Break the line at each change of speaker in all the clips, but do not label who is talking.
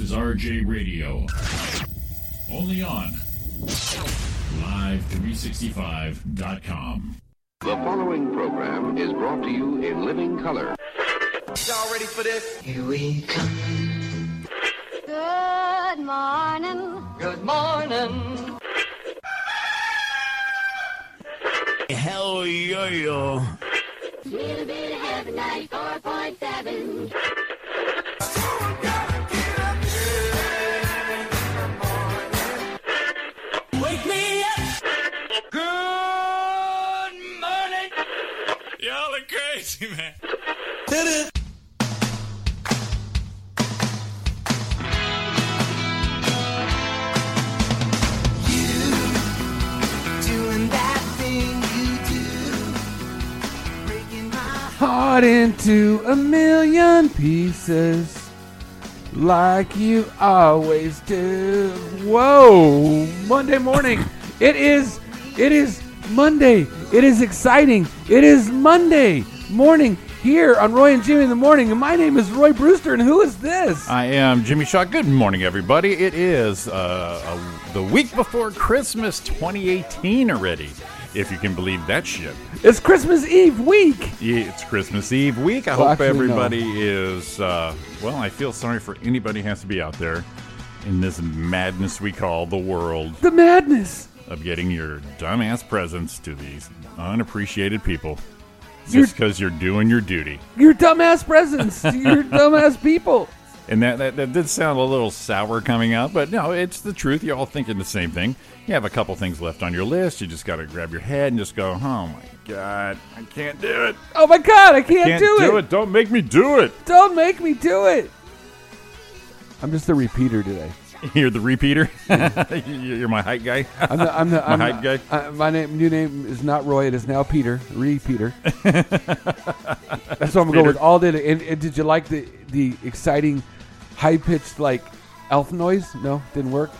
is RJ Radio. Only on live365.com.
The following program is brought to you in living color.
Y'all ready for this?
Here we come.
Good morning.
Good morning.
Hell yo yo.
Little bit of heaven, 94.7.
Wake me up. Good morning. Y'all are crazy, man.
doing that thing you do. Breaking my
heart into a million pieces like you always do whoa monday morning it is it is monday it is exciting it is monday morning here on roy and jimmy in the morning and my name is roy brewster and who is this
I am Jimmy Shaw. Good morning, everybody. It is uh, a, the week before Christmas 2018 already, if you can believe that shit.
it's christmas eve week
It's Christmas Eve week. I
Well,
hope
actually, no.
everybody is, uh, well, I feel sorry for anybody who has to be out there in this madness we call the world
the madness
of getting your dumbass presents to these unappreciated people
You're-
just because you're doing your duty.
your dumbass presents to your dumbass people
And that, that, that did sound a little sour coming out, but no, it's the truth. You're all thinking the same thing. You have a couple things left on your list. You just got to grab your head and just go, oh my God, I can't do it.
oh my god i can't,
Can't do it. Don't make me do it.
Don't make me do it. I'm just the repeater today.
You're the repeater. You're my hype guy.
I'm the, I'm the, I'm
hype guy?
I- my name, new name is not Roy. It is now Peter. Repeater. That's what I'm going
Peter.
with all day. And, and did you like the the exciting, high pitched like elf noise? No, didn't work.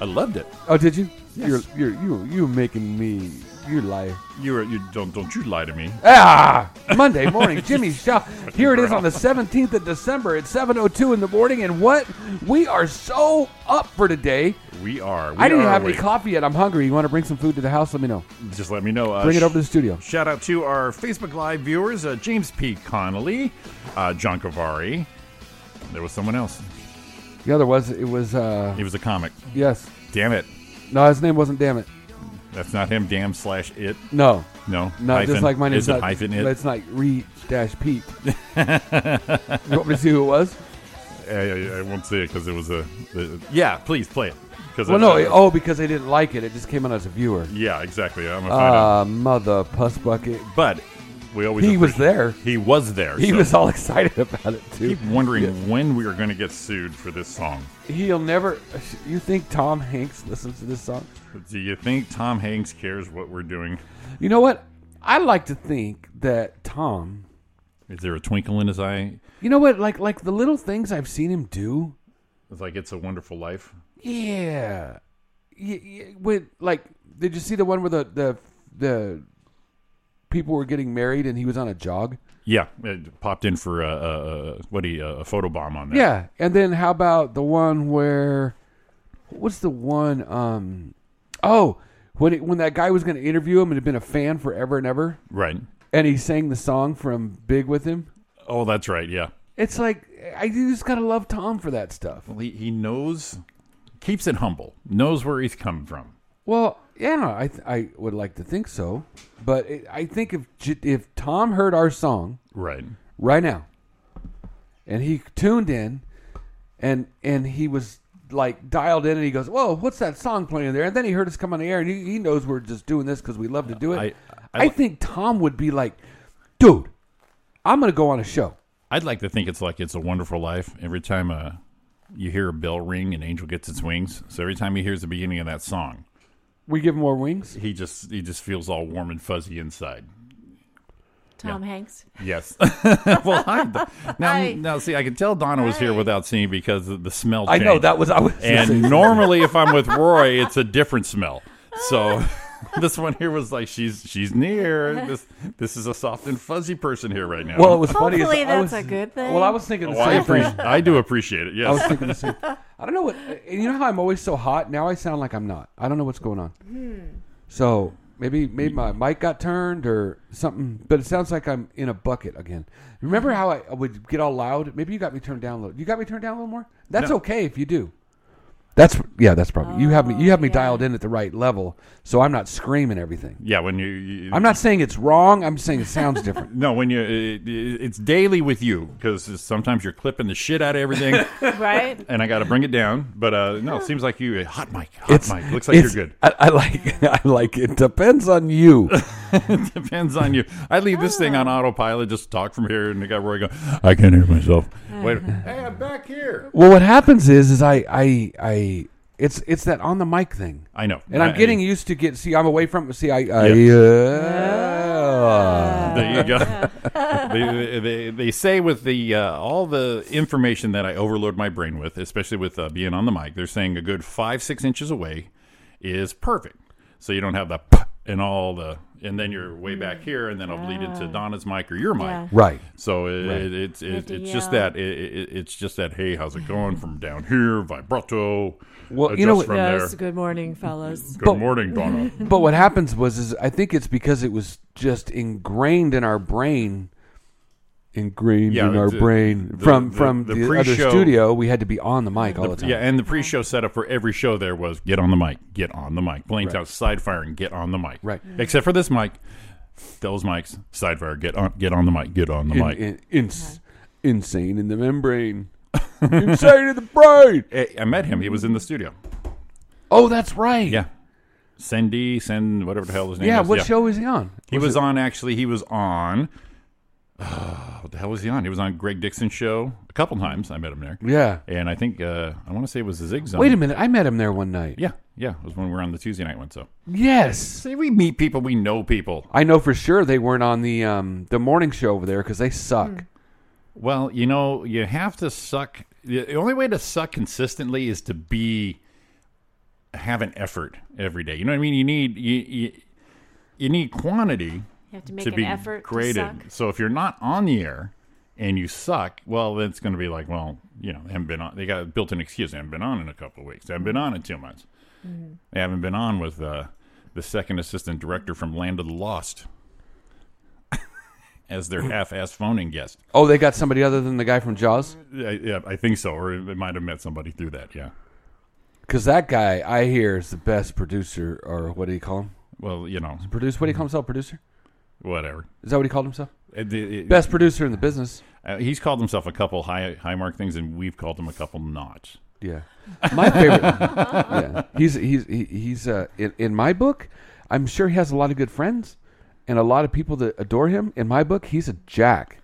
I loved it.
Oh, did you?
Yes.
You're you're you you're making me. You liar.
You were, you don't don't you lie to me.
Ah, Monday morning, Jimmy Shaw. Here it is on the 17th of December. It's 7:02 in the morning, and what we are so up for today.
We are. We
I didn't
are
have any
awake.
coffee yet. I'm hungry. You want to bring some food to the house? Let me know.
Just let me know. Uh,
Bring it over to the studio.
Shout out to our Facebook Live viewers, uh, James P. Connolly, uh, John Cavari. There was someone else.
The other was it was uh
He was a comic.
yes.
Damn it.
No, his name wasn't. Damn it.
That's not him. Damn slash it.
No,
No.
no. Just
hyphen.
like my name's
Is it
not.
hyphen it?
It's not re dash Pete. you want me to see who it was?
I, I- I won't say it because it was a. the- yeah, please play it. 'Cause
Well,
I-
no.
I-
It, oh, because they didn't like it. It just came out as a viewer.
Yeah, exactly. I'm a find out.
Ah, mother puss bucket.
But we always.
He was
appreciate-
there.
He was there.
He
so
was all excited about it
I
too.
keep wondering when we are going to get sued for this song.
He'll never. You think Tom Hanks listens to this song?
Do you think Tom Hanks cares what we're doing?
You know what? I like to think that Tom
Is there a twinkle in his eye?
You know what? Like like the little things I've seen him do.
It's like it's a wonderful life.
Yeah. yeah, with like, did you see the one where the the the people were getting married and he was on a jog?
Yeah, it popped in for a, a, a what do you, a photo bomb on that.
Yeah. And then how about the one where? What's the one? Um. Oh, when it, when that guy was going to interview him and had been a fan forever and ever,
Right.
and he sang the song from Big with him.
Oh, that's right. Yeah.
It's like I you just gotta love Tom for that stuff.
Well, he, he knows, keeps it humble, knows where he's come from.
Well, yeah, I th- I would like to think so, but it, I think if J- if Tom heard our song
Right.
right now, and he tuned in, and and he was like dialed in, and he goes, "Whoa, what's that song playing there?" And then he heard us come on the air, and he, he knows we're just doing this because we love to do it. I,
I- I-
think Tom would be like, "Dude, I'm gonna go on a show."
I'd like to think it's like it's a wonderful life. Every time uh, you hear a bell ring, an angel gets its wings. So every time he hears the beginning of that song,
We give him more wings.
he just he just feels all warm and fuzzy inside.
Tom Hanks.
Yes. well, I, now now see, I could tell Donna was here without seeing because of the smell.
I know
changed.
that was I was
And normally, if I'm with Roy, it's a different smell. So this one here was like she's she's near. This this is a soft and fuzzy person here right now.
Well, it was funny. is
Hopefully
I
that's
was,
a good thing.
Well, I was thinking the
Oh, I
same thing.
appreciate. I do appreciate it. Yes.
I was thinking the same. I don't know what. And you know how I'm always so hot. Now I sound like I'm not. I don't know what's going on.
Hmm.
So maybe maybe my mic got turned or something. But it sounds like I'm in a bucket again. Remember how I, I would get all loud? Maybe you got me turned down a little. You got me turned down a little more. That's
No.
okay if you do. That's yeah. That's probably you have me. You have
Oh,
me dialed in at the right level, so I'm not screaming everything.
yeah, when you, you
I'm not saying it's wrong. I'm saying it sounds different.
No, when you it, it- it's daily with you because sometimes you're clipping the shit out of everything,
right?
and I got to bring it down. But uh, no, it seems like you hot mic, hot
It's-
mic. Looks like you're
it's-
good.
I, I like. I like. It depends on you.
Depends on you. I leave this thing
Ah.
on autopilot. Just talk from here, and the guy where I go, I can't hear myself. Wait,
Mm-hmm.
hey, I'm back here.
Well, what happens is, is I, I, I, it's, it's that on the mic thing,
I know,
and I'm
I-
getting used to get. See, I'm away from. See, I, I
Yeah.
Ah.
uh,
There you go. they, they, they say with the uh, all the information that I overload my brain with, especially with uh, being on the mic, they're saying a good five six inches away is perfect. So you don't have the p- and all the and then you're way back here, and then I'll bleed into Donna's mic or your mic.
Mm. Yeah.
right.
So it, it, it's it,
to
it's just
yell.
that it, it, it's just that hey, how's it going from down here? Vibrato.
Well,
adjust
you know what-
from there.
Yes.
Good,
Good morning, fellas.
But-
morning, Donna.
But what happens was, is I think it's because it was just ingrained in our brain, ingrained
Yeah,
in our
the-
brain
the-
from
the-
from
the
the, other
pre-show-
studio. We had to be on the mic all the time.
Yeah, and the pre-show setup for every show there was get on the mic, get on the mic. Blaine's out side firing, get on the mic.
Right.
Except for this mic, those mics side fire, get on, get on the mic, get on the
In-
mic.
in- ins- insane in the membrane, insane in the brain.
Eh, I- I met him. He was in the studio.
Oh, that's right.
Yeah. Sendy, Send whatever the hell his name
Yeah,
is.
what show is he on?
He was on actually. He was on. Uh, what the hell was he on? He was on Greg Dixon's show a couple times. I met him there,
Yeah.
and I think uh, I want to say it was the Zig Zone.
Wait a minute, I met him there one night.
Yeah, yeah, it was when we were on the Tuesday night one. So
Yes.
see, we meet people, we know people.
I know for sure they weren't on the um, the morning show over there because they suck.
Well, you know, you have to suck. The the only way to suck consistently is to be have an effort every day. You know what I mean? You need you you, you need quantity
You have to make
to
an
be
effort
graded.
to suck.
So if you're not on the air and you suck, well, then it's going to be like, well, you know, they haven't been on. They got built an excuse. They haven't been on in a couple of weeks. They haven't been on in two months.
Mm-hmm.
They haven't been on with uh, the second assistant director from Land of the Lost as their half-ass phoning guest.
Oh, they got somebody other than the guy from Jaws
Yeah, yeah, I think so. Or it might have met somebody through that. Yeah.
because that guy I hear is the best producer or what do you call him?
Well, you know,
Produce? What do you call himself? Producer?
whatever.
Is that what he called himself?
It- it-
Best producer in the business.
uh, he's called himself a couple high high mark things, and we've called him a couple not.
Yeah, my favorite. yeah, he's he's he- he's uh, in, in my book. I'm sure he has a lot of good friends and a lot of people that adore him. In my book, he's a jack,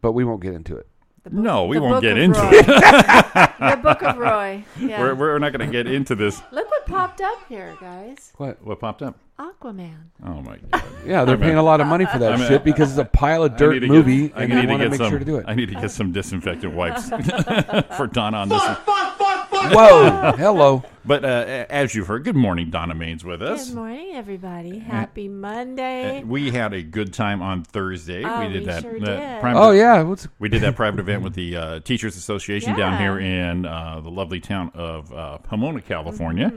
but we won't get into it.
No, we
The
won't
Book
get
of
into
Roy.
it.
the Book of Roy. Yeah.
We're, we're not going to get into this.
Look what popped up here, guys.
What?
What popped up?
Aquaman.
Oh my god!
Yeah, they're paying a lot of money for that
I'm a-
shit because it's a pile of
I need
dirt
to
movie,
I
and
need
they
to
want to
get
make
some-
sure to do it.
I need to get some disinfectant wipes for Donna on this. one.
Whoa, hello.
But uh, a- as you've heard, good morning, Donna Maines, with us.
Good morning, everybody. Happy Monday.
Uh, We had a good time on Thursday.
Oh,
we did
we
that.
sure
that
did.
prime-
Oh yeah, what's
We did that private event with the uh, Teachers Association down
Yeah.
here in uh, the lovely town of uh, Pomona, California.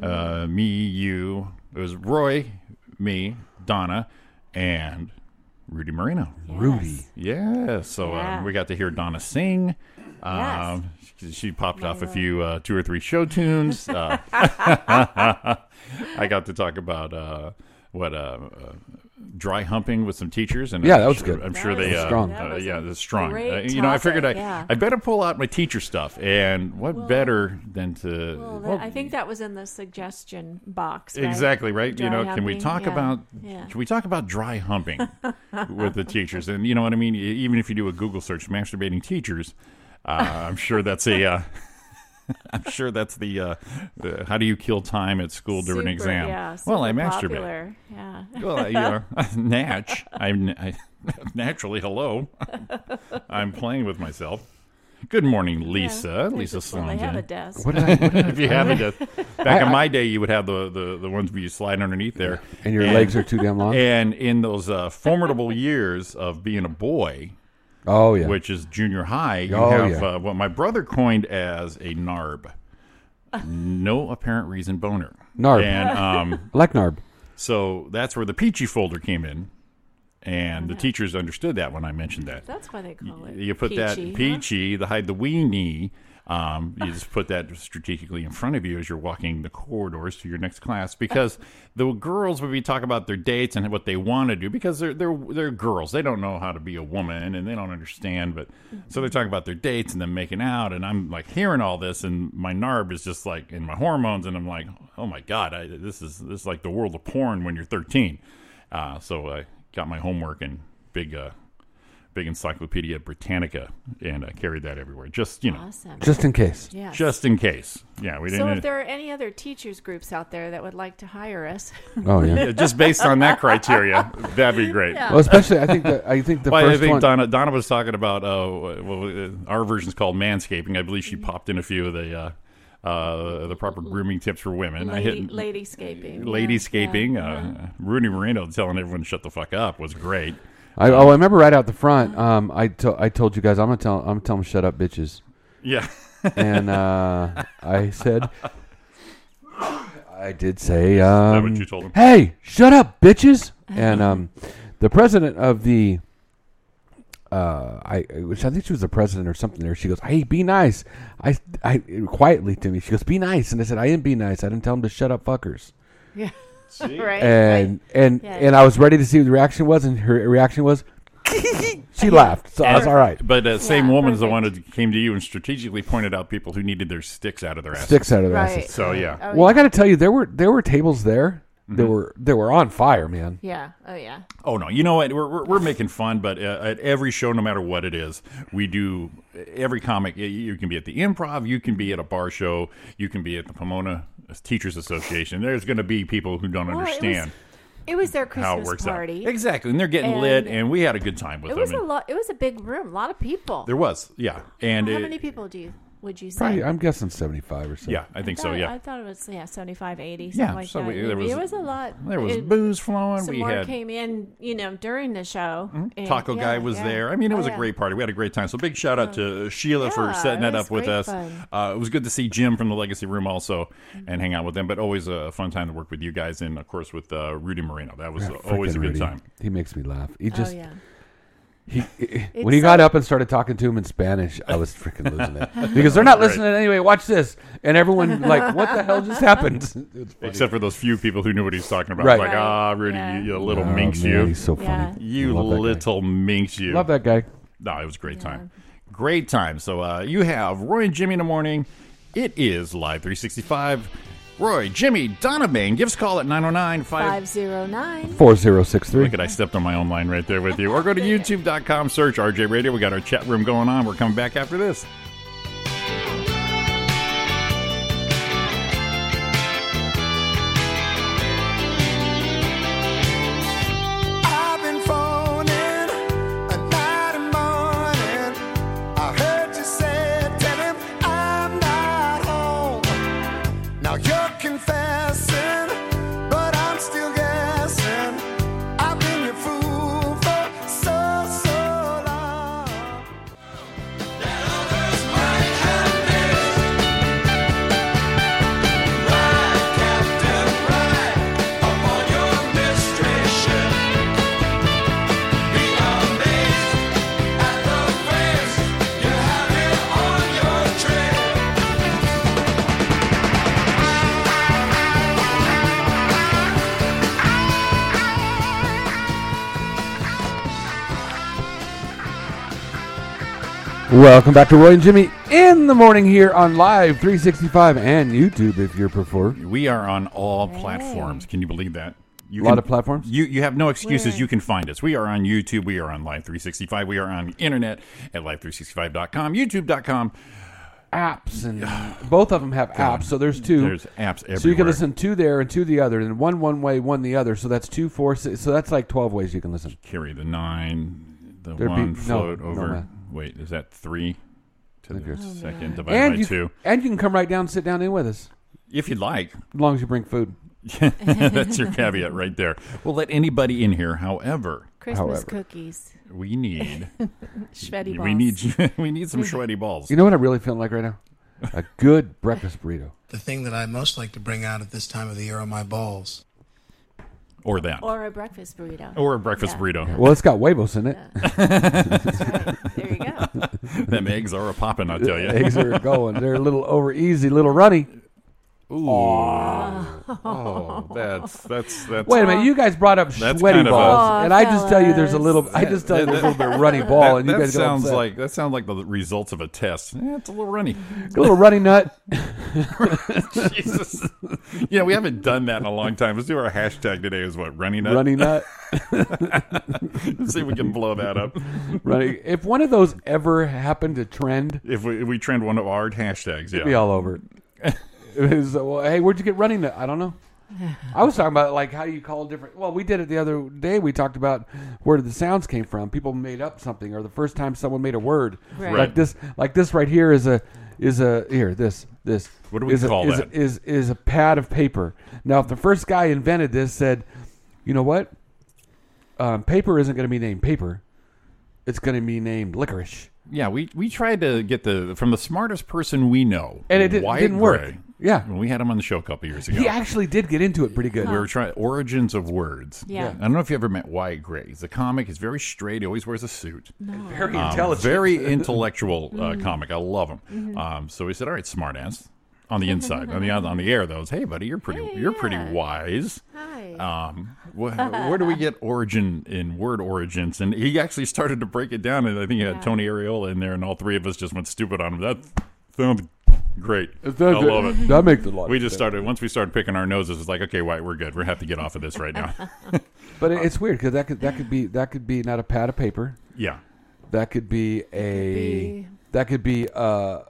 Uh, me, you, it was Roy, me, Donna, and Rudy Marino.
Rudy?
Yeah, so
Yeah.
Um, we got to hear Donna sing. Um, she, she popped off a few, uh, two or three show tunes. Uh, I got to talk about uh, what uh, uh, dry humping with some teachers, and
Yeah,
I'm
that was
sure-
good.
I'm sure
That
they
was
uh,
strong.
uh,
That was
yeah,
a
that's strong.
great
Uh, you know, I figured I
topic, yeah.
I better pull out my teacher stuff, and what better than to
Well, that,
well,
I think that was in the suggestion box. Right?
Exactly right. you
Dry
know, can we
humping,
talk
yeah,
about
yeah.
can we talk about dry humping with the teachers? And you know what I mean. E- Even if you do a Google search, masturbating teachers, uh, I'm sure that's a. Uh, I'm sure that's the, uh, the how do you kill time at school during an
Super,
exam?
Yeah,
well, I
super
masturbate.
popular. Yeah.
Well, I, you know, natch. I'm I, naturally hello. I'm playing with myself. Good morning, Lisa. Lisa
That's why They have
Solange.
a desk.
What did I, what did I-
If you have a desk, back in my day, you would have the, the, the ones where you slide underneath there.
and your legs are too damn long.
And in those uh, formidable years of being a boy,
oh yeah.
which is junior high, you
Oh,
have
yeah.
uh, what my brother coined as a NARB. No apparent reason boner.
Narb.
And um,
I like Narb.
so that's where the peachy folder came in. And the teachers understood that when I mentioned that.
That's why they call it.
You put
peachy,
that
huh?
peachy, the hide the weenie. Um, you just put that strategically in front of you as you're walking the corridors to your next class because the girls would be talking about their dates and what they want to do because they're they're they're girls. They don't know how to be a woman and they don't understand. But so they're talking about their dates and them making out, and I'm like hearing all this, and my narb is just like in my hormones, and I'm like, oh my god, I, this is this is like the world of porn when you're 13. Uh, so I got my homework and big. Uh, big Encyclopedia Britannica and uh, carried that everywhere. Just you know,
Awesome.
Just in case.
Yes.
just in case. Yeah, we
so
didn't.
if there are any other teachers groups out there that would like to hire us,
Oh yeah.
Yeah, just based on that criteria, that'd be great.
Yeah.
Well, especially I think the, I think the
Well, I
first
think
one.
Donna, Donna was talking about uh, well, uh, our version's called manscaping. I believe she
Mm-hmm.
popped in a few of the uh, uh, the proper grooming tips for women. I
lady,
hit
ladyscaping.
ladyscaping. Uh, Rudy Moreno telling everyone to shut the fuck up was great.
I, oh, I remember right out the front. Um, I to, I told you guys I'm gonna tell I'm gonna tell them shut up, bitches.
Yeah,
and uh, I said, I did say, um,
what you told him?
Hey, shut up, bitches! And um, the president of the, uh, I which I think she was the president or something. There, she goes, Hey, be nice. I, I quietly to me, she goes, Be nice, and I said, I didn't be nice. I didn't tell them to shut up, fuckers.
Yeah. yeah. right.
And and
Yeah.
and I was ready to see what the reaction was, and her reaction was, she laughed. So I was all right.
But uh, same
Yeah,
woman's the one
perfect.
who came to you and strategically pointed out people who needed their sticks out of their asses.
Sticks out of their
Right.
asses.
So yeah,
Oh,
Well, I
yeah.
got to tell you, there were there were tables there
Mm-hmm.
that were that were on fire, man.
yeah. Oh yeah.
Oh no! You know what? We're, we're, we're making fun, but uh, at every show, no matter what it is, we do every comic. You- You can be at the improv, you can be at a bar show, you can be at the Pomona Teachers Association. There's going to be people who don't
Well, it was
understand
It was their
how
Christmas
it works
party.
out exactly, and they're getting
And-
lit, and we had a good time with
It
them.
was a
and-
lot. It was a big room. A lot of people.
There was, yeah, and
How
it-
many people do you would you say?
Probably, I'm guessing 75 or so.
yeah, I think so.
thought-
Yeah,
I thought it was yeah, 75, 80, something
Yeah,
like
so
that.
we- there
It- it
was-
was a lot.
there was
It-
booze flowing.
Some
we
more
had Mm-hmm.
came in, you know, during the show. and-
Taco
yeah,
guy was
yeah.
there. I mean, it
Oh,
was a
yeah. Mm.
great party. We had a great time. So big shout out to Sheila for
Yeah,
setting that
it was
up with
great
us.
fun. Mm-hmm.
Uh, it was good to see Jim from the Legacy Room also and hang out with them. But always a fun time to work with you guys and of course with uh, Rudy Moreno. That was
Frickin'
always a good
Rudy.
time.
He makes me laugh. He
Oh
just
yeah.
he, when he
so-
got up and started talking to him in Spanish, I was freaking losing it because they're not
Right.
listening anyway. Watch this, and everyone like, what the hell just happened? It's funny.
Except for those few people who knew what he was talking about.
Right.
Like,
Right.
ah, Rudy,
Yeah.
you, you little
Oh,
minx,
man,
you.
He's so funny.
Yeah.
you
Love that guy.
little minx, you.
Love that guy.
No, it was a great time. Great time. So uh, you have Roy and Jimmy in the morning. It is Live 365. Roy, Jimmy, Donovan, give us a call at 909
Five zero nine.
Four zero six three.
Look at I stepped on my own line right there with you. Or go to youtube.com, search RJ Radio. We got our chat room going on. We're coming back after this.
I've been phoning a night and morning. I heard you say, tell him I'm not home. Now you're confessing, but I'm still guessing. I've been your fool for so, so long.
Welcome back to Roy and Jimmy in the morning here on Live 365 and YouTube if you prefer.
We are on all platforms. Can you believe that? You
A lot
can-
of platforms?
You you have no excuses.
Where?
You can find us. We are on YouTube. We are on Live 365. We are on the internet at live365.com, youtube.com.
apps and both of them have apps. So there's two.
There's apps
So you
everywhere.
can listen to there and to the other, and one one way, one the other. So that's two, four, six. So that's like twelve ways you can listen.
Carry the nine, the
There'd be-
one
no,
float
no,
over.
man.
Wait, is that three? to the second divide
and
by
you,
two,
and you can come right down and sit down in with us,
if you'd like.
as long as you bring food.
That's your caveat right there. We'll let anybody in here. However,
Christmas
However.
cookies.
we need
Shreddy balls.
we need we need some sweaty balls.
You know what I'm really feeling like right now? A good breakfast burrito.
The thing that I most like to bring out at this time of the year are my balls.
or that, or,
Or a breakfast burrito.
a breakfast
Yeah.
burrito.
Well, it's got huevos in it.
There you go.
Them eggs are a popping, I tell you.
Eggs are going. They're a little over easy, little runny.
Ooh. Oh, that's that's that's.
Wait a minute, you guys brought up
That's
sweaty
kind of
balls,
a-
and I just tell you there's a
fellas.
little. I just tell you there's a little bit runny ball,
that,
and you
that
guys go
sounds
upset.
like that sounds like the results of a test. Yeah, it's a little runny.
a little runny nut.
Jesus. Yeah, we haven't done that in a long time. Let's do our hashtag today. Is what runny nut?
runny nut.
See if we can blow that up.
runny. If one of those ever happened to trend,
If we, if we trend one of our hashtags, yeah.
it'd be all over. it was, uh, well, hey, where'd you get runny nut? I don't know. I was talking about like how you call different. Well, we did it the other day. We talked about where the sounds came from. People made up something, or the first time someone made a word.
Right.
Like this, like this right here is a is a here this this.
What do we
is a-
call
is
that?
A, is is a pad of paper. Now, if the first guy invented this said, you know what, um, paper isn't going to be named paper. It's going to be named licorice,
Yeah, we, we tried to get the from the smartest person we know,
and it did,
Wyatt
didn't work.
Gray.
Yeah,
When we had him on the show a couple years ago.
he actually did get into it pretty good.
We were trying origins of words.
Yeah.
I don't know if you ever met Wyatt Gray. He's a comic. He's very straight. He always wears a suit.
Very
Um,
intelligent.
very intellectual uh,
Mm-hmm.
comic. I love him. Um, so he said, "All right, smartass." On the inside, on the on the air, though, it's, hey buddy, you're pretty,
Hey,
you're pretty
yeah.
wise.
Hi.
Um, wh- where do we get origin in word origins? And he actually started to break it down, and I think he had Tony Ariola in there, and all three of us just went stupid on him. That sounds great. I love it.
That makes a lot.
We
of
just
sense.
started once we started picking our noses. It's like, okay, White, we're good. We have to get off of this right now.
but it, it's weird because that could that could be that could be not a pad of paper.
yeah,
That could be a
be-
that could be a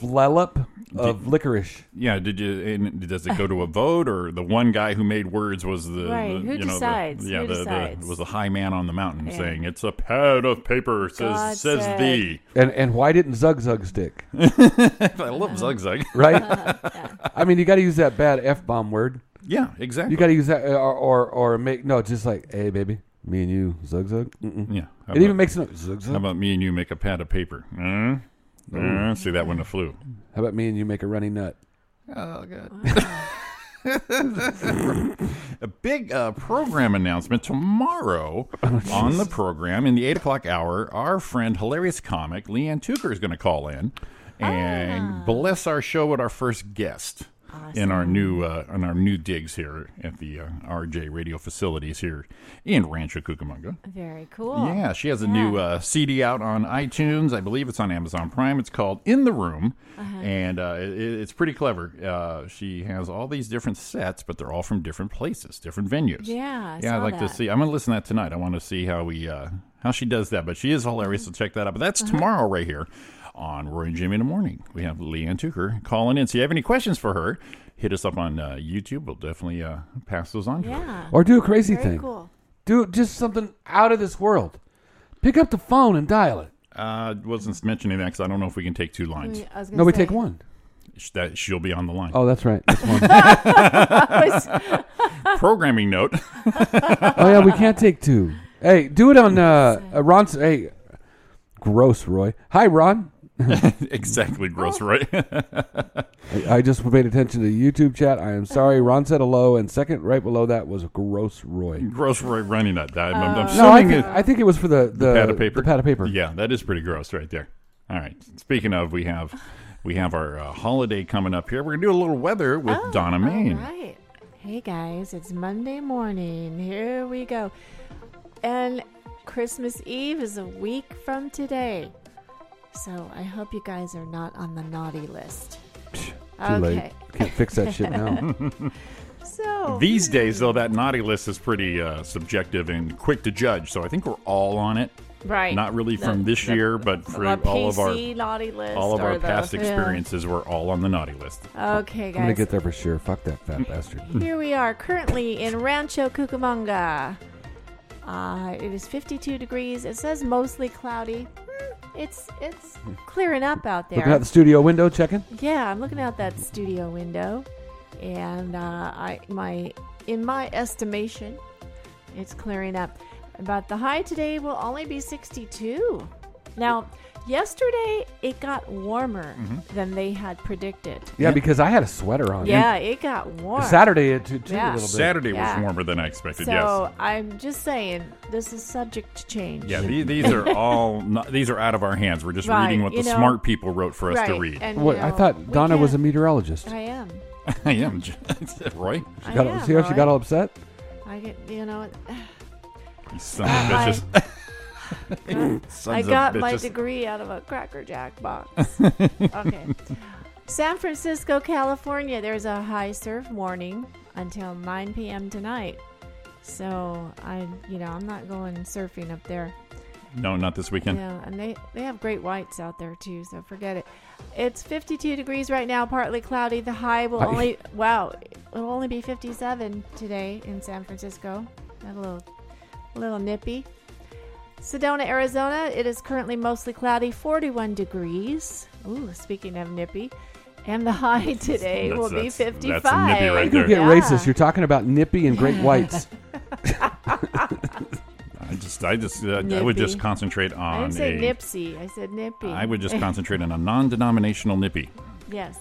flellop of licorice.
yeah. Did you? And does it go to a vote, or the one guy who made words was the
Right,
the-
who
you know, the-
decides?
yeah,
Who
the, the-
decides?
was the high man on the mountain
Yeah.
saying it's a pad of paper says
God
says
said.
thee.
And and why didn't Zug Zug stick?
I love Zug Zug.
Right? I mean, you got to use that bad f bomb word.
yeah, exactly.
You got to use that uh, or, or or make no, just like hey baby, me and you, Zug Zug. Mm-mm.
yeah. How
It even
about-
makes no Zug Zug.
How about me and you make a pad of paper? Huh? Huh? see that one flew.
How about me and you make a runny nut?
A big uh, program announcement tomorrow on the program in the eight o'clock hour. Our friend, hilarious comic Leanne Tucker, is going to call in and bless our show with our first guest in our new uh, in our new digs here at the uh, RJ Radio facilities here in Rancho Cucamonga.
Very cool.
Yeah, she has a new uh, CD out on iTunes. I believe it's on Amazon Prime. It's called In the Room,
Uh-huh.
and uh, it, it's pretty clever. Uh, she has all these different sets, but they're all from different places, different venues.
Yeah, I
yeah. I'd
saw
like to
that.
see. I'm gonna listen to that tonight. I want to see how we uh, how she does that. But she is hilarious. So check that out. But that's
Uh-huh.
tomorrow right here on Roy and Jimmy in the morning. We have Leanne Tucker calling in. So you have any questions for her? Hit us up on uh, YouTube. We'll definitely uh, pass those on. to her.
Yeah.
Or do a crazy
Very
thing.
cool.
Do just something out of this world. Pick up the phone and dial it.
Uh, wasn't mentioning that because I don't know if we can take two lines.
I was gonna
No, we
say,
take one.
Sh- that she'll be on the line.
Oh, that's right. That's one.
Programming note.
oh yeah, we can't take two. Hey, do it on uh, uh Ron's. Hey, gross, Roy. Hi, Ron.
exactly, gross, right?
I, I just paid attention to YouTube chat. I am sorry. Ron said hello, and second right below that was gross, Roy.
gross, right? Running nut. I'm, I'm, I'm
No, I,
Mm. assuming
thi-
it-
I think it was for the the,
pad of paper.
the pad of paper.
Yeah, that is pretty gross, right there. All right. Speaking of, we have we have our uh, holiday coming up here. We're gonna do a little weather with
Oh,
Donna Main.
All right. Hey guys, it's Monday morning. Here we go. And Christmas Eve is a week from today. So I hope you guys are not on the naughty list.
Too late. Can't fix that shit now.
So
These days, though, that naughty list is pretty uh, subjective and quick to judge. So I think we're all on it.
right.
Not really from
The-
this
the-
year, but
the
for all of our
PC naughty list.
all of
or
our
the-
past
Yeah.
experiences. We're all on the naughty list.
Okay,
I'm gonna
guys.
get there for sure. Fuck that fat bastard.
Mm.
Here we are currently in Rancho Cucamonga. Uh, it is 52 degrees. It says mostly cloudy. Hmm, It's it's clearing up out there.
Looking out the studio window, checking.
Yeah, I'm looking out that studio window, and uh, I my in my estimation, it's clearing up. But the high today will only be 62. Now, yesterday it got warmer than they had predicted.
Yeah, because I had a sweater on.
Yeah, it got warm.
Saturday it too, too
Yeah.
a little bit.
Saturday
Yeah.
was warmer than I expected.
So
yes.
I'm just saying this is subject to change.
Yeah, the- these are all not, these are out of our hands. We're just
Right,
reading what the
you know.
smart people wrote for us to
Right,
read.
and, you
What, I
know,
thought
we
Donna was a
can't-
meteorologist.
I am.
I am Roy.
I
Got-
am,
see how she
Roy.
got all upset?
I get, you know,
You son of a bitches. Sons
I
of
got my
bitches.
degree out of a Cracker Jack box. okay. San Francisco, California, there's a high surf warning until 9 p.m. tonight. So I, you know, I'm not going surfing up there.
No, not this weekend.
Yeah, and they they have great whites out there too. So forget it. It's 52 degrees right now, partly cloudy. The high will
I-
only wow, it'll only be 57 today in San Francisco. A little, a little nippy. Sedona, Arizona. It is currently mostly cloudy, 41 degrees. Ooh, speaking of nippy, and the high today
That's-
will be
that's- that's a
55.
nippy right
You
there.
get
Yeah.
racist. You're talking about nippy and great whites.
I just, I just, uh, I would just
Nippy.
concentrate on
I didn't say
a-
nipsy. I said nippy.
I would just concentrate on a non-denominational nippy.
yes.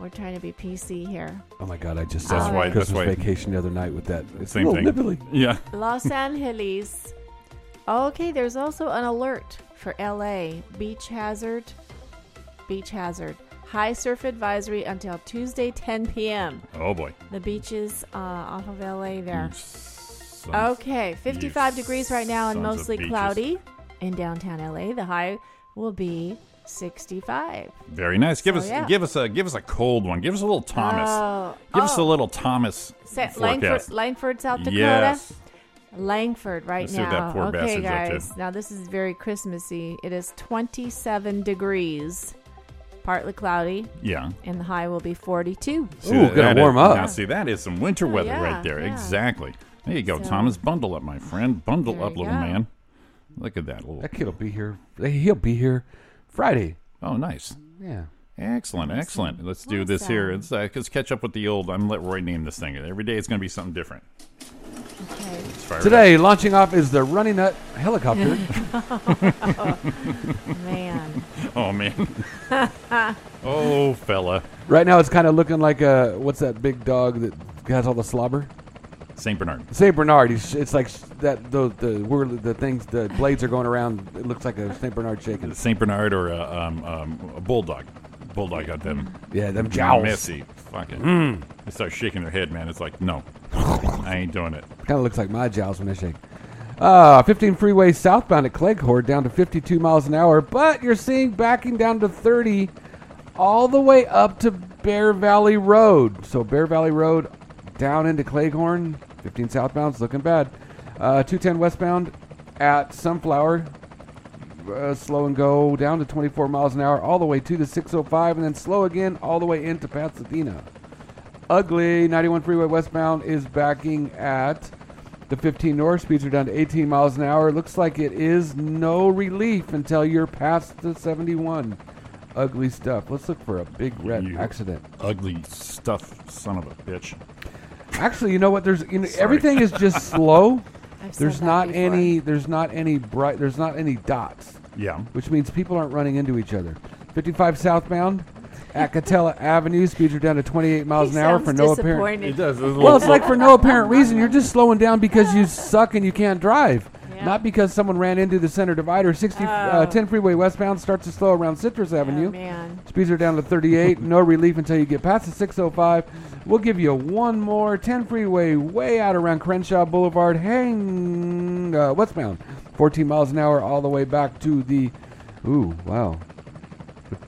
We're trying to be PC here.
Oh my god! I just
That's
saw
why- that's
Christmas
why-
vacation the other night with that. It's
Same
a
thing.
little nibbly.
Yeah.
Los Angeles. Okay, there's also an alert for LA. Beach hazard. Beach hazard. High surf advisory until Tuesday, 10 p.m.
Oh boy.
The beaches uh, off of LA there.
Sons-
Okay, 55 degrees right now and
sons of
mostly
beaches.
cloudy in downtown LA. The high will be 65.
Very nice. Give
So,
us,
yeah.
give us a, give us a cold one. Give us a little Thomas.
Oh,
give us a
oh.
little Thomas.
Sa-
forecast.
Langford, Langford, South Dakota.
Yes.
Langford right
Let's see
now.
what that poor
okay,
bastard's up to.
guys. Now this is very Christmassy. It is 27 degrees, partly cloudy,
Yeah.
and the high will be 42.
See,
Ooh,
that-
gonna
that
warm
is-
up.
Now, see, that is some winter weather
Oh, yeah,
right there.
yeah.
Exactly. There you go,
So-
Thomas. Bundle up, my friend. Bundle
There
up,
you
little
go.
man. Look at that little.
That kid'll be here. He'll be here Friday.
Oh, nice.
Yeah.
Excellent, excellent. Let's do this here. Let's, uh, let's catch up with the old. I'm let Roy name this thing. Every day it's going to be something different.
Okay.
Let's fire it up.
Today, launching off is the Runny Nut helicopter.
Man.
Oh man. oh fella,
right now, it's kind of looking like a what's that big dog that has all the slobber?
Saint Bernard.
Saint Bernard. He's, it's like sh- that. The the where the things the blades are going around. It looks like a Saint Bernard shaking.
Saint Bernard or a, um, um, a bulldog. Bulldog got them
Yeah, them jowls. Mm.
messy. Fucking. They start shaking their head, man. It's like no, I ain't doing it.
Kind of looks like my jowls when I shake. Uh, 15 freeway southbound at Cleghorn down to 52 miles an hour, but you're seeing backing down to 30 all the way up to Bear Valley Road. So Bear Valley Road down into Cleghorn, 15 southbound's looking bad. Uh, 210 westbound at Sunflower, uh, slow and go down to 24 miles an hour all the way to the 605, and then slow again all the way into Pasadena ugly. 91 freeway westbound is backing at the 15 north. Speeds are down to 18 miles an hour. Looks like it is no relief until you're past the 71. Ugly stuff. Let's look for a big red
You
accident.
Ugly stuff, son of a bitch.
Actually, you know what? There's you know,
Sorry.
everything is just slow.
I've said
there's
that
not
before.
any. There's not any bright. There's not any dots.
Yeah.
which means people aren't running into each other. 55 southbound at Catella Avenue. Speeds are down to 28 miles
He
an hour
sounds
for no apparent.
disappointed.
does.
Well, it's like for no apparent reason. You're just slowing down because you suck and you can't drive. Not because someone ran into the center divider. 60, uh, 10 freeway westbound starts to slow around Citrus Avenue.
Oh. man.
Speeds are down to 38. no relief until you get past the 605. We'll give you one more. 10 freeway way out around Crenshaw Boulevard. Hang uh, westbound. 14 miles an hour all the way back to the. Ooh, wow.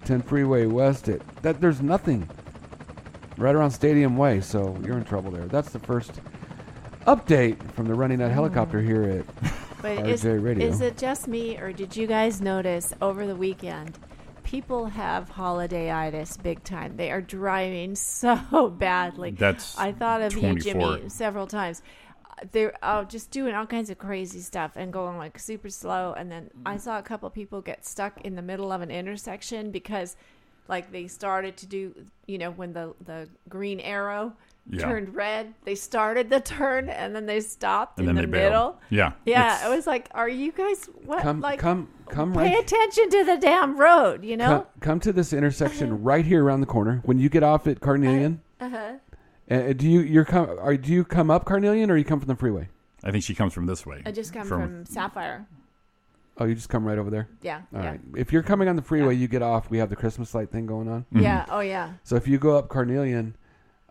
10 freeway west. It that there's nothing right around Stadium Way, so you're in trouble there. That's the first update from the running that helicopter here at.
But
RJ
is,
Radio.
is it just me, or did you guys notice over the weekend? People have holiday itis big time. They are driving so badly.
That's
I thought of you,
24.
Jimmy, several times. they're oh, just doing all kinds of crazy stuff and going like super slow. And then I saw a couple people get stuck in the middle of an intersection because, like, they started to do, you know, when the the green arrow
Yeah.
turned red, they started the turn and then they stopped
And
in
then
the
they bailed.
middle.
Yeah,
yeah.
it's-
It was like, are you guys what?
Come,
like,
come, come
pay
right.
attention to the damn road. You know.
Come, come to this intersection right here around the corner. When you get off at Carnelian,
Uh-huh.
uh, do you you're come? Are, do you come up Carnelian or you come from the freeway?
I think she comes from this way.
I just come from, Sapphire.
Oh, you just come right over there.
Yeah,
All right.
yeah.
If you're coming on the freeway, you get off. We have the Christmas light thing going on.
Mm-hmm.
Yeah. Oh yeah.
So if you go up Carnelian,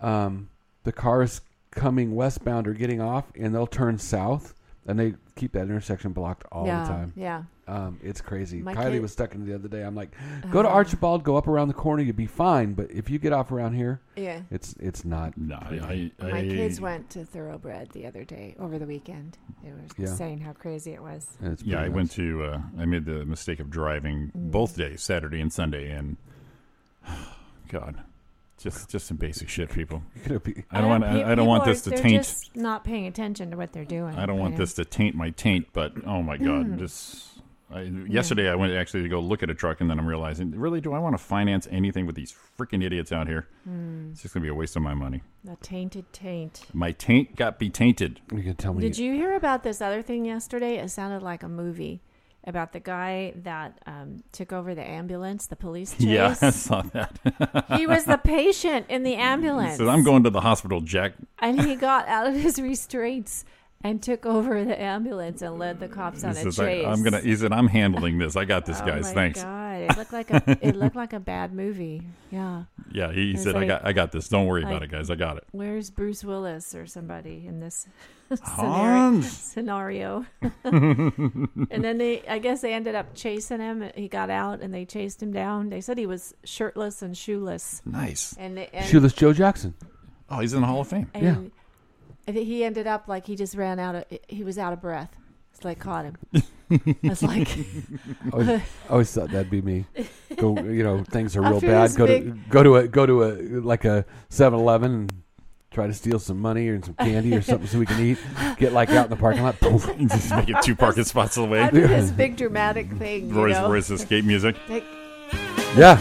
um, the cars coming westbound are getting off, and they'll turn south, and they keep that intersection blocked all
Yeah,
the time.
yeah.
um, it's crazy.
My
Kylie
kid-
was stuck in it the other day. I'm like, go to
Oh.
Archibald, go up around the corner, you'd be fine. But if you get off around here,
Yeah.
it's it's not.
No, I, I,
My
I-
kids went to Thoroughbred the other day over the weekend. They were
Yeah.
saying how crazy it was.
It's
yeah, I
pretty
went to. Uh, I made the mistake of driving
Mm.
both days, Saturday and Sunday, and God, just just some basic shit, people. I don't want.
Uh, pe-
I, I don't
people
want
are-
this to
they're
taint.
Just not paying attention to what they're doing.
I don't want
you know?
this to taint my taint, but oh my
Mm.
god, this. I, yesterday, I went actually to go look at a truck, and then I'm realizing, really, do I want to finance anything with these freaking idiots out here?
Hmm.
It's just gonna be a waste of my money.
A tainted taint.
My taint got be tainted.
You can tell
Did you hear about this other thing yesterday? It sounded like a movie about the guy that um, took over the ambulance, the police chase.
Yeah, I saw that.
he was the patient in the ambulance.
So I'm going to the hospital, Jack.
and he got out of his restraints and took over the ambulance and led the cops on
He
a
says,
chase.
I, am gonna. He said, I'm handling this. I got this,
oh
guys.
my
Thanks.
God, it looked like a it looked like a bad movie. Yeah.
Yeah, he
It's
said, I
like-
got, I got this. Don't worry about
like-
it, guys. I got it.
Where's Bruce Willis or somebody in this scenario?
Hans.
scenario? and then they, I guess they ended up chasing him. He got out and they chased him down. They said he was shirtless and shoeless.
Nice.
And, they, and
Shoeless Joe Jackson.
Oh, he's in the Hall of Fame.
And I think he ended up like he just ran out of. He was out of breath. It's like caught him. It's like
I always, I always thought that'd be me. Go, you know, things are real
After
bad.
this
Go to
big-
go to a go to a like a 7-Eleven and try to steal some money or some candy or something so we can eat. Get like out in the parking lot. Poof.
Just make it two parking spots away.
after this big dramatic thing. you
Roy's
know?
Roy's escape music,
Like,
Yeah,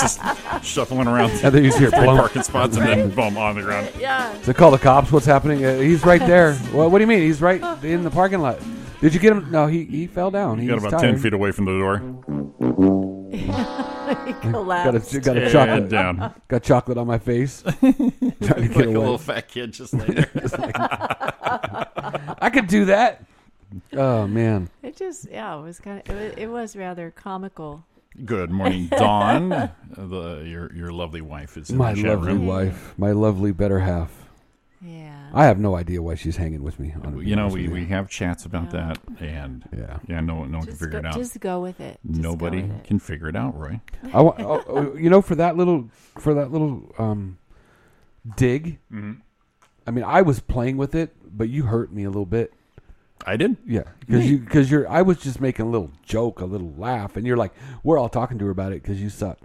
just shuffling around
and then you just hear
three
plump.
parking spots, and then boom on the ground.
yeah.
So call the cops. What's happening? Uh, he's right there. Well, what do you mean? He's right in the parking lot. Did you get him? No, he, he fell down. He
Got
was
about ten
tired.
feet away from the door.
He
Got
collapsed.
a, got a
Yeah,
chocolate
down.
Got chocolate on my face. Trying to get
Like a
away.
little fat kid just laying there.
I could do that. Oh man,
It just yeah, it was kind of it was, it was rather comical.
Good morning, Dawn. The, your your lovely wife is in
my
the chat
lovely
room.
wife, my lovely better half.
Yeah.
I have no idea why she's hanging with me. On
You know, we, we have chats about that, and yeah, no no one can
Just
figure it
go,
out.
Just go with it. Just go
Nobody
with it.
can figure it out, Roy.
I, wa- oh, oh, you know, for that little for that little um, dig.
Mm-hmm.
I mean, I was playing with it, but you hurt me a little bit.
I did.
Yeah, because you because you're. I was just making a little joke, a little laugh, and you're like, "We're all talking to her about it because you suck."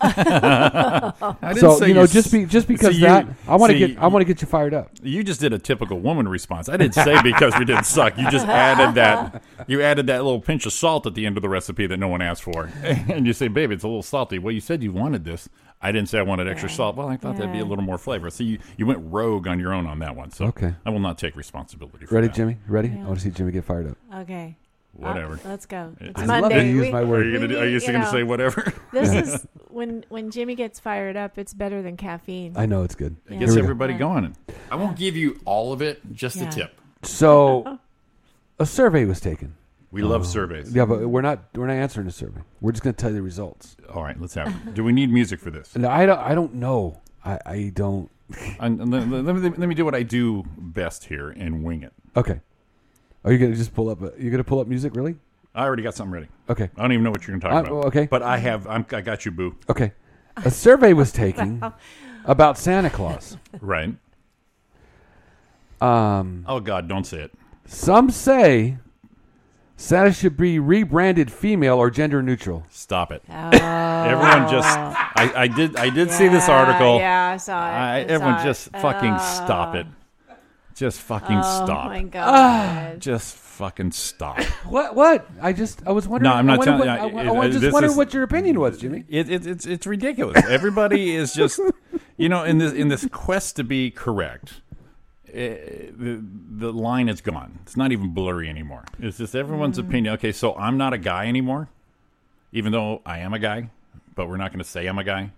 I didn't
So
say
you know,
s-
just be just because
See, you-
that I want to
see,
get I want to get you fired up.
You just did a typical woman response. I didn't say because we didn't suck. You just added that. You added that little pinch of salt at the end of the recipe that no one asked for, and you say, "Babe, it's a little salty." Well, you said you wanted this. I didn't say I wanted extra salt. Well, I thought that'd be a
Yeah.
little more flavor. So you, you went rogue on your own on that one. So
Okay.
I will not take responsibility for
Ready,
that.
Jimmy? Ready? I want to see Jimmy get fired up.
Okay.
Whatever.
Uh, let's go. It's
I love
Monday.
that you use
We-
my
Are
word.
you gonna?
We
do- Are you
need-
just
you
gonna
know.
say whatever?
This is when when Jimmy gets fired up. It's better than caffeine.
I know it's good.
Yeah.
Here
Gets
we go.
everybody going. I won't give you all of it. Just
Yeah.
a tip.
So, a survey was taken.
We love surveys.
Yeah, but we're not we're not answering the survey. We're just going to tell you the results.
All right, let's have it. Do we need music for this?
And I don't I don't know. I I don't.
And, and let, let, me, let me do what I do best here and wing it.
Okay. Are you going to just pull up? A, you're going to pull up music? Really?
I already got something ready.
Okay.
I don't even know what you're going to
I-
talk about.
well, Uh, okay.
But I have, I'm, I got you, boo.
Okay. A survey was taken about Santa Claus.
Right.
Um,
Oh, God, don't say it.
some say Santa should be rebranded female or gender neutral.
Stop it.
Oh.
Everyone just, I, I did, I did see this
Yeah,
article.
Yeah, I saw it. Oh
I,
I
everyone
saw it.
just fucking stop it. Just fucking
Oh,
stop. Ah.
my God.
Just fucking stop.
What? What? I just I was wondering.
No, I'm not
I wondered
telling-
what- I,
I-
I wa- I
it-
just
this
wondered
is-
what your opinion was, Jimmy.
It, it, it's it's ridiculous. Everybody is just, you know, in this in this quest to be correct, eh, the the line is gone. It's not even blurry anymore. It's just everyone's opinion. Okay, so I'm not a guy anymore, even though I am a guy, but we're not going to say I'm a guy.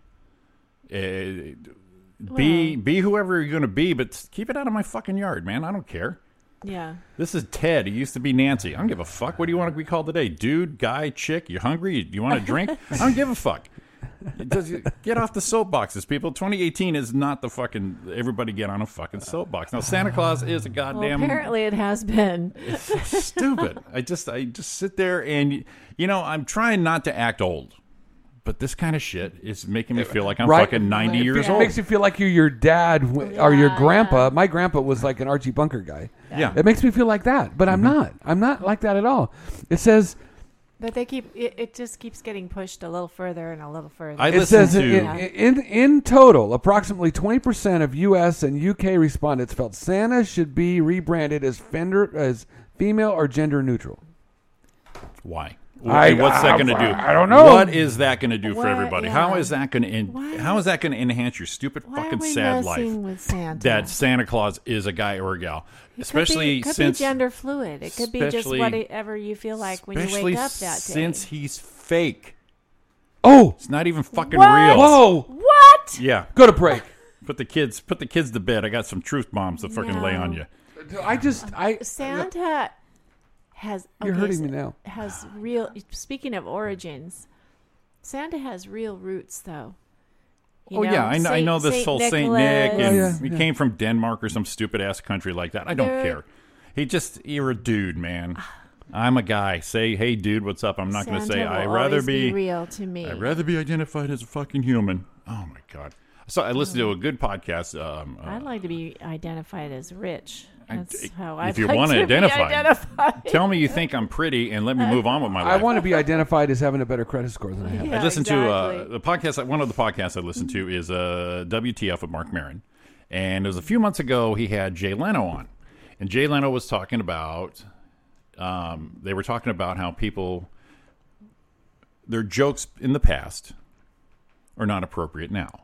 Eh, be be whoever you're going to be, but s- keep it out of my fucking yard, man. I don't care.
Yeah.
This is Ted. He used to be Nancy. I don't give a fuck. What do you want to be called today? Dude, guy, chick? You hungry? You want a drink? I don't give a fuck. It does- get off the soapboxes, people. 2018 is not the fucking. Everybody get on a fucking soapbox. Now, Santa Claus is a
Well,
goddamn.
apparently it has been.
It's stupid. I just, I just sit there and, you know, I'm trying not to act old, but this kind of shit is making me feel like I'm fucking 90
It
years
fe-
old.
It makes you feel like you're your dad
Oh,
w- or your grandpa. My grandpa was like an Archie Bunker guy.
Yeah.
It makes me feel like that, but I'm
Mm-hmm.
not. I'm not like that at all. It says
But they keep it, it just keeps getting pushed a little further and a little further.
I
it
listened
says in,
to-
in, in in total, approximately 20% of U.S. and U.K. respondents felt Santa should be rebranded as fender as female or gender neutral.
Why?
I-
What's that
I-
going to do?
I don't know.
What is that going to do for
What-
everybody?
yeah.
How is that going to
Why-
how is that going to enhance your stupid
Why
fucking
are we
sad life?
messing with Santa?
That Santa Claus is a guy or a gal,
It could be-
especially
it could be,
since
gender fluid. It could be just
especially-
whatever you feel like when you
especially
wake up that day.
since he's fake.
Oh,
It's not even fucking
What?
real.
whoa!
what?
Yeah,
Go to break.
put the kids put the kids to bed. I got some truth bombs to fucking lay on you.
I just I
Santa has.
You're
okay,
hurting
so
me now.
Has real. Speaking of origins, Santa has real roots, though. You
oh yeah, I know, I
Saint-
know this whole Saint Nick,
Nicholas.
and
Oh, yeah,
he
yeah.
came from Denmark or some stupid ass country like that. I don't
There-
care. He just you're a dude, man. I'm a guy. Say, hey, dude, what's up? I'm not going to
Santa
say.
will
I rather
always
be.
real to me.
I'd rather be identified as a fucking human. Oh my god. So I listened to a good podcast. Um, uh,
I'd like to be identified as rich.
I-
That's how I.
if you
like
want to identify,
be identified.
tell me you think I'm pretty, and let me move on with my life.
I want to be identified as having a better credit score than I have.
Yeah,
I listened to uh,
exactly.
the podcast. One of the podcasts I listened to is uh, WTF with Mark Marin, and it was a few months ago. He had Jay Leno on, and Jay Leno was talking about. Um, they were talking about how people their jokes in the past are not appropriate now.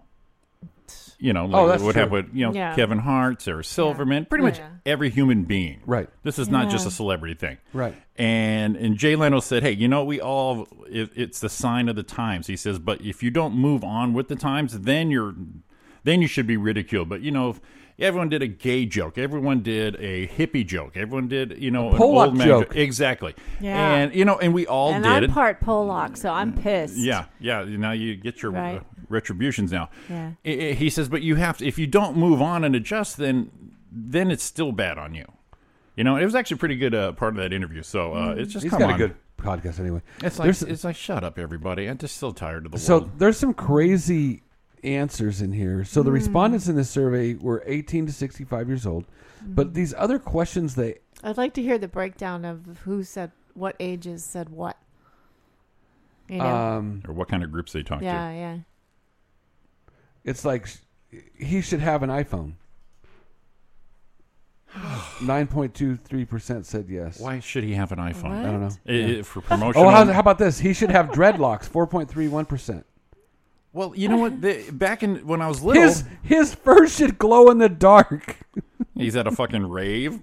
You know, like
Oh, that's
what
true.
happened with you know
Yeah.
Kevin Hart, Sarah Silverman, pretty much
Yeah.
every human being.
Right.
This is not just
Yeah.
a celebrity thing.
Right.
And and Jay Leno said, "Hey, you know, we all it, it's the sign of the times." He says, "But if you don't move on with the times, then you're then you should be ridiculed." But you know, if everyone did a gay joke, everyone did a hippie joke, everyone did you know an
pull-up
old man
joke.
exactly.
Yeah.
And you know, and we all
and
did
I'm
it.
part Polak, so I'm pissed.
Yeah, yeah. Now you get your
Right.
uh, retributions now.
Yeah.
I- I- he says, but you have to. If you don't move on and adjust, then then it's still bad on you. You know, it was actually a pretty good uh, part of that interview. So
Mm.
uh, it's just
He's
come
got
on.
a good podcast anyway.
It's like
There's-
it's like shut up, everybody. I'm just so tired of the
So
world.
there's some crazy answers in here. So the
Hmm.
respondents in this survey were 18 to 65 years old,
Hmm.
but these other questions they
I'd like to hear the breakdown of who said what ages said what. You know?
um
Or what kind of groups they talk
yeah,
to?
yeah.
it's like sh- he should have an iPhone. 9.23% said yes.
Why should he have an iPhone?
What?
I don't know.
I- I- for promotion.
Oh, how, how about this? He should have dreadlocks. 4.31%.
well, you know what? The, back in when I was little,
His his fur should glow in the dark.
he's at a fucking rave.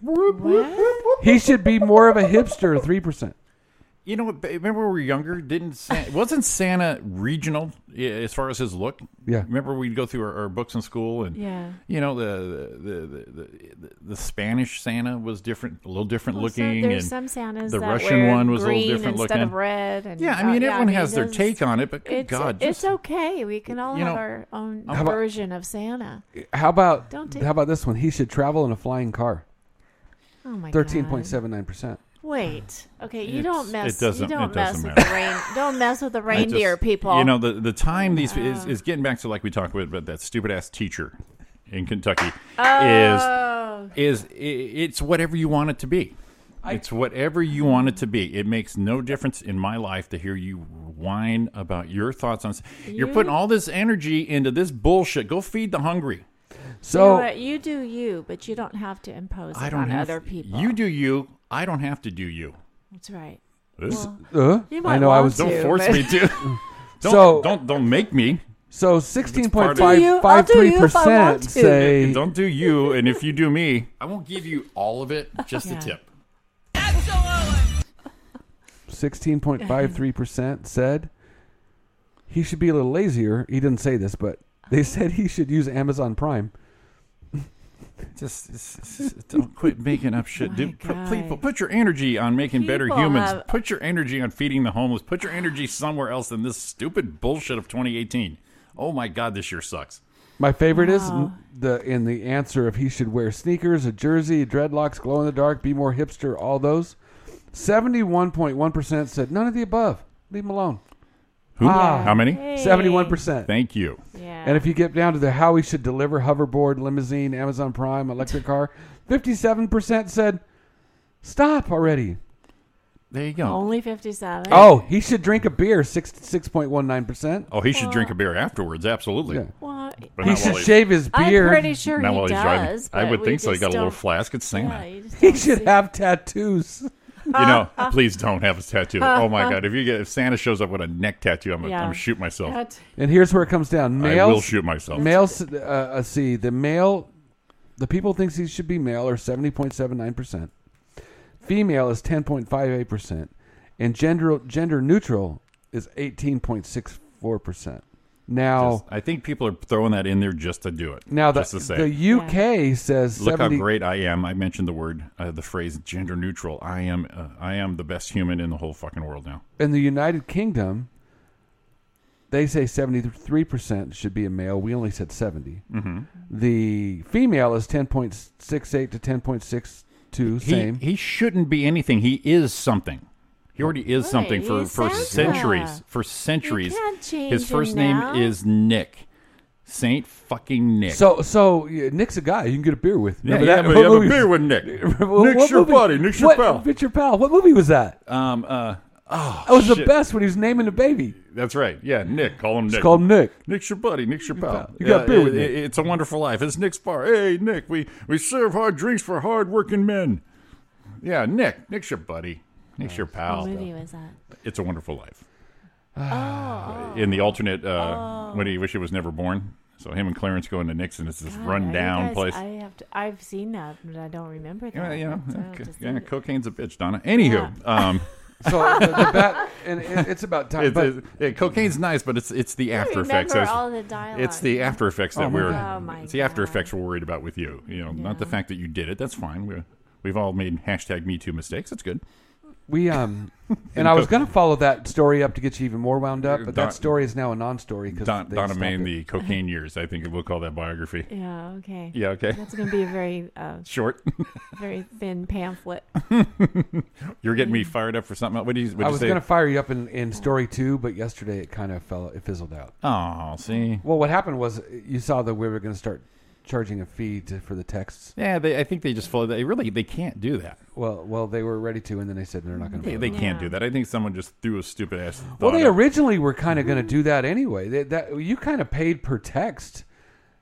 He should be more of a hipster. 3%.
You know what? ba- Remember when we were younger? Didn't Santa, wasn't Santa regional i- as far as his look?
Yeah.
Remember we'd go through our, our books in school and
Yeah.
You know the the the, the, the, the Spanish Santa was different, a little different
Well, so
looking.
there's
and
some Santas.
the
that
Russian
wear
one was a little
green
different
instead
looking.
of red. And
yeah, I
uh,
mean everyone
mean,
has their
there's-
take on it, but good
It's,
God,
it's
just-
okay. We can all
you
have
know-
our own
How about-
version of Santa.
How about
Don't take-
how about this one? He should travel in a flying car.
Oh my god.
Thirteen point seven nine percent.
Wait. Okay, you
It's-
don't mess.
it doesn't-
you don't
it
mess
doesn't
with the rain. Don't mess with the
I just-
reindeer, people.
You know the the time these is, is getting back to like we talked about that stupid ass teacher in Kentucky
Oh.
is is i- it's whatever you want it to be. it's whatever you want it to be. It makes no difference in my life to hear you whine about your thoughts on. s- You're
You-
putting all this energy into this bullshit. Go feed the hungry.
You know
So
what? you do you, but you don't have to impose
I
it
don't
on
have
other people.
You do you. I don't have to do you.
That's right.
This-
uh,
You
I
might
know I
want
was
to.
don't force
but-
me to. Don't,
So-
don't don't make me.
so sixteen
part of-
point
Do
you?
five
I'll
five
do
three
you if I want
percent
to.
say
Don't do you, and if you do me, I won't give you all of it, just
Yeah.
the tip.
sixteen point five three percent said he should be a little lazier. He didn't say this, but they said he should use Amazon Prime.
Just, don't quit making up shit, dude.
My
Put, please
God.
put, put your energy on making better
People
humans.
have-
Put your energy on feeding the homeless. Put your energy somewhere else than this stupid bullshit of 2018. Oh my God, this year sucks.
My favorite
Wow.
is the in the answer of he should wear sneakers, a jersey, dreadlocks, glow in the dark, be more hipster, all those. Seventy one point one percent said none of the above. Leave him alone.
Who?
Ah.
How many?
Hey.
Seventy one percent.
Thank you.
Yeah.
And if you get down to the how we should deliver hoverboard, limousine, Amazon Prime, electric car, fifty seven percent said stop already.
There you go.
only fifty-seven.
Oh, he should drink a beer, six six point one nine percent.
oh, he should drink a beer afterwards. Absolutely.
Yeah.
Well,
But
He
not
should
while
shave his
I'm
beard.
pretty sure
not
he
while
does.
he's driving. I
but
would
we
think so. He
just
got a little
don't-
flask. It's saying
Yeah,
that.
you just
He
don't
should
see-
have tattoos.
You know, please don't have a tattoo. Oh my god! If you get if Santa shows up with a neck tattoo, I'm gonna,
Yeah.
I'm gonna shoot myself.
That-
And here's where it comes down.
I
Males,
will shoot myself.
Male, s- uh, uh, see the male, the people thinks he should be male are seventy point seven nine percent. Female is ten point five eight percent, and gender gender neutral is eighteen point six four percent. Now,
Just- I think people are throwing that in there just to do it.
now the,
just to say,
the UK says
look
seventy.
how great I am. I mentioned the word, uh, the phrase gender neutral. I am, uh, I am the best human in the whole fucking world now.
In the United Kingdom, they say seventy three percent should be a male. We only said 70
Mm-hmm.
The female is ten point six eight to ten point six two. Same.
He, he shouldn't be anything. He is something. He already is
Right,
something for,
he's
for
Santa.
centuries. For centuries.
can't change
His first
him
name
now.
is Nick. Saint fucking Nick.
So, so yeah, Nick's a guy you can get a beer with.
yeah,
Remember
yeah,
that?
but
What
you have a
movie-
beer with Nick.
What-
Nick's
what
your
movie-
buddy. Nick's
what,
your pal.
Nick's your pal. What movie was that?
Um, uh, oh,
That was the
shit.
best when he was naming the baby.
That's right. Yeah, Nick. Call him Nick.
It's called Nick.
Nick's your buddy. Nick's your pal.
You got
Yeah,
beer with
it-
Nick.
it- It's a wonderful life. It's Nick's bar. Hey, Nick, we, we serve hard drinks for hard-working men. Yeah, Nick. Nick's your buddy. Nick's your
What
pal.
movie was that?
Oh, It's a Wonderful Life.
Ah.
oh. In the alternate,
Oh.
uh, when he wish he was never born. So him and Clarence go into Nick's, and it's this
God,
run
I- you
down
guys-
place.
I have to, I've seen that, but I don't remember that.
yeah, you know,
So I'll
okay.
just
yeah,
leave it.
cocaine's a bitch, Donna. Anywho, um,
So the, the bat, and it, it's about time.
it's,
but
it's- yeah, cocaine's nice, but it's it's the after effects.
remember
that's-
all the dialogue.
It's the after effects that
my
we're.
God.
Oh, my
it's the after
God.
effects we're worried about with you. You know, not the fact that you did it. That's fine. We're, we've all made hashtag Me Too mistakes. That's good.
we um, and I was going to follow that story up to get you even more wound up, but
Don-
that story is now a non-story because
Don, Donna May and the cocaine years. I think we'll call that biography.
Yeah. Okay.
Yeah. Okay.
That's going to be a very, uh,
Short.
very thin pamphlet.
You're getting me fired up for something. else. What do you? What
I
you
was
say?
going to fire you up in, in story two, but yesterday it kind of fell, it fizzled out.
Oh, see.
Well, what happened was uh, you saw that we were going to start charging a fee to, for the texts.
Yeah, they, I think they just follow. They really they can't do that.
Well, well, they were ready to, and then they said they're not going to.
They, they can't do that. I think someone just threw a stupid ass.
Well,
thought
they
out.
originally were kind of going to do that anyway. They, that you kind of paid per text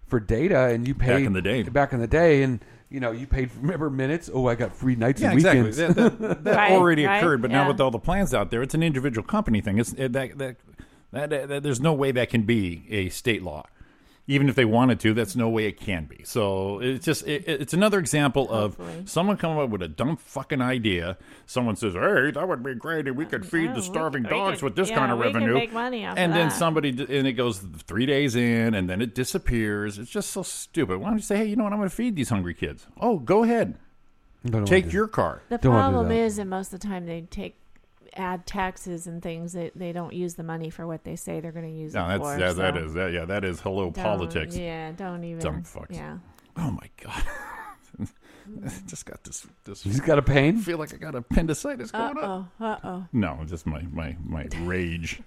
for data, and you paid
in the day.
Back in the day, and you know you paid remember minutes. Oh, I got free nights
Yeah,
and
exactly.
weekends.
That, that, that
Right,
already
right,
occurred, but now
yeah.
with all the plans out there, it's an individual company thing. It's it, that, that, that, that, that there's no way that can be a state law, even if they wanted to. That's no way it can be. So it's just it, it- it's another example of someone coming up with a dumb fucking idea. Someone says, "Hey, that would be great, and we could feed
Oh,
the
we
starving
could- we
dogs
could-
with this
yeah,
kind of
we could
revenue,"
make money off
and
of
then
that.
somebody d- and it goes three days in, and then it disappears. It's just so stupid. Why don't you say, "Hey, you know what? I'm going to feed these hungry kids." Oh, go ahead,
I don't wanna
take
do
your car.
The
Don't wanna do
problem
that.
is that most of the time they take add taxes and things that they don't use the money for what they say they're going to use
No,
it
that's
for.
that, that
so
is that yeah that is hello
don't-
politics.
Yeah, don't even.
Dumb fucks.
Yeah.
Oh my god, just got this this.
that. He's got a pain.
feel like I got appendicitis going on.
Uh oh. Uh oh.
No, just my my my rage.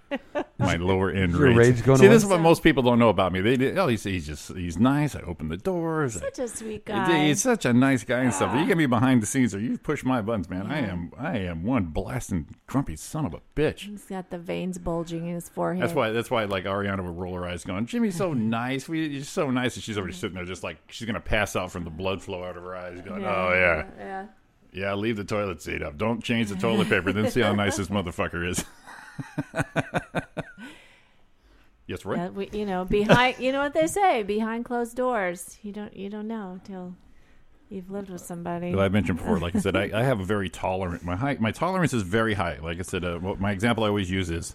my lower end
Your
rates.
rage going
See, this
away?
is what most people don't know about me. They, they oh, he's, he's just he's nice. I open the doors. I-
Such a sweet
He-
guy. Ah.
He's such a nice guy and stuff. You get me behind the scenes, or you push my buttons, man. I am, I am one blasting grumpy son of a bitch.
He's got the veins bulging in his forehead.
That's why. That's why. Like Ariana would roll her eyes, going, "Jimmy's so nice. We, you're so nice." And she's already sitting there, just like she's gonna pass out from the blood flow out of her eyes, going, "Oh yeah,
Yeah.
yeah. Leave the toilet seat up. Don't change the toilet paper. Then see how nice this motherfucker is." yes, right.
That we, you know, behind you know what they say, behind closed doors. You don't you don't know till you've lived with somebody.
that I mentioned before. Like I said, I, I have a very tolerant my height. My tolerance is very high. Like I said, uh, what my example I always use is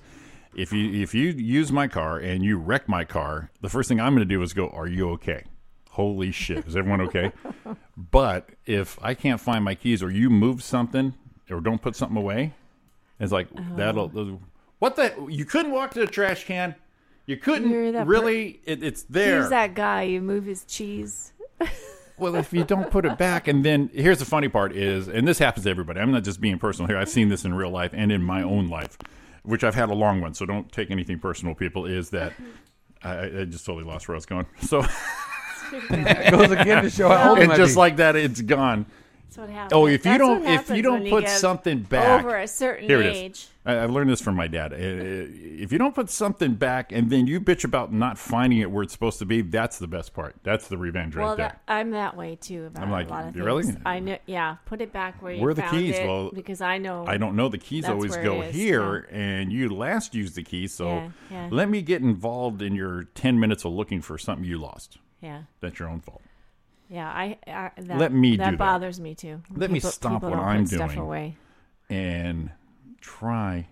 if you if you use my car and you wreck my car, the first thing I'm going to do is go, "Are you okay? Holy shit, is everyone okay?" but if I can't find my keys or you move something or don't put something away, it's like
Uh-huh.
that'll what the you couldn't walk to the trash can. You
You're that
couldn't
per-
really. it, it's there.
He's that guy. You move his cheese.
Well, if you don't put it back, and then here's the funny part is, and this happens to everybody. I'm not just being personal here. I've seen this in real life and in my own life, which I've had a long one. So don't take anything personal, people. Is that I, I just totally lost where I was going. So
Goes again to show how old
and
I
just
be.
like that, it's gone.
That's what happens.
Oh, if you
That's
don't,
what
if you
happens
don't
when
put
get
something back
over a certain
here it
age.
is. I, I learned this from my dad. Uh, If you don't put something back, and then you bitch about not finding it where it's supposed to be, that's the best part. That's the revenge
Well,
right there.
that, I'm that way too about
I'm like,
a lot of
"You
things.
really?"
I know. Yeah, put it back where you
Where are the
found
keys?
it,
Well,
because I know
I don't know. The keys
That's
always
where
go
it is,
here, and you last used the key. So
Yeah, yeah.
let me get involved in your 10 minutes of looking for something you lost.
Yeah,
That's your own fault.
yeah. I, I that,
Let me
that
do that.
bothers me too.
Let me
People-
stop
people
what
don't
I'm
put Stuff
doing.
away.
And try.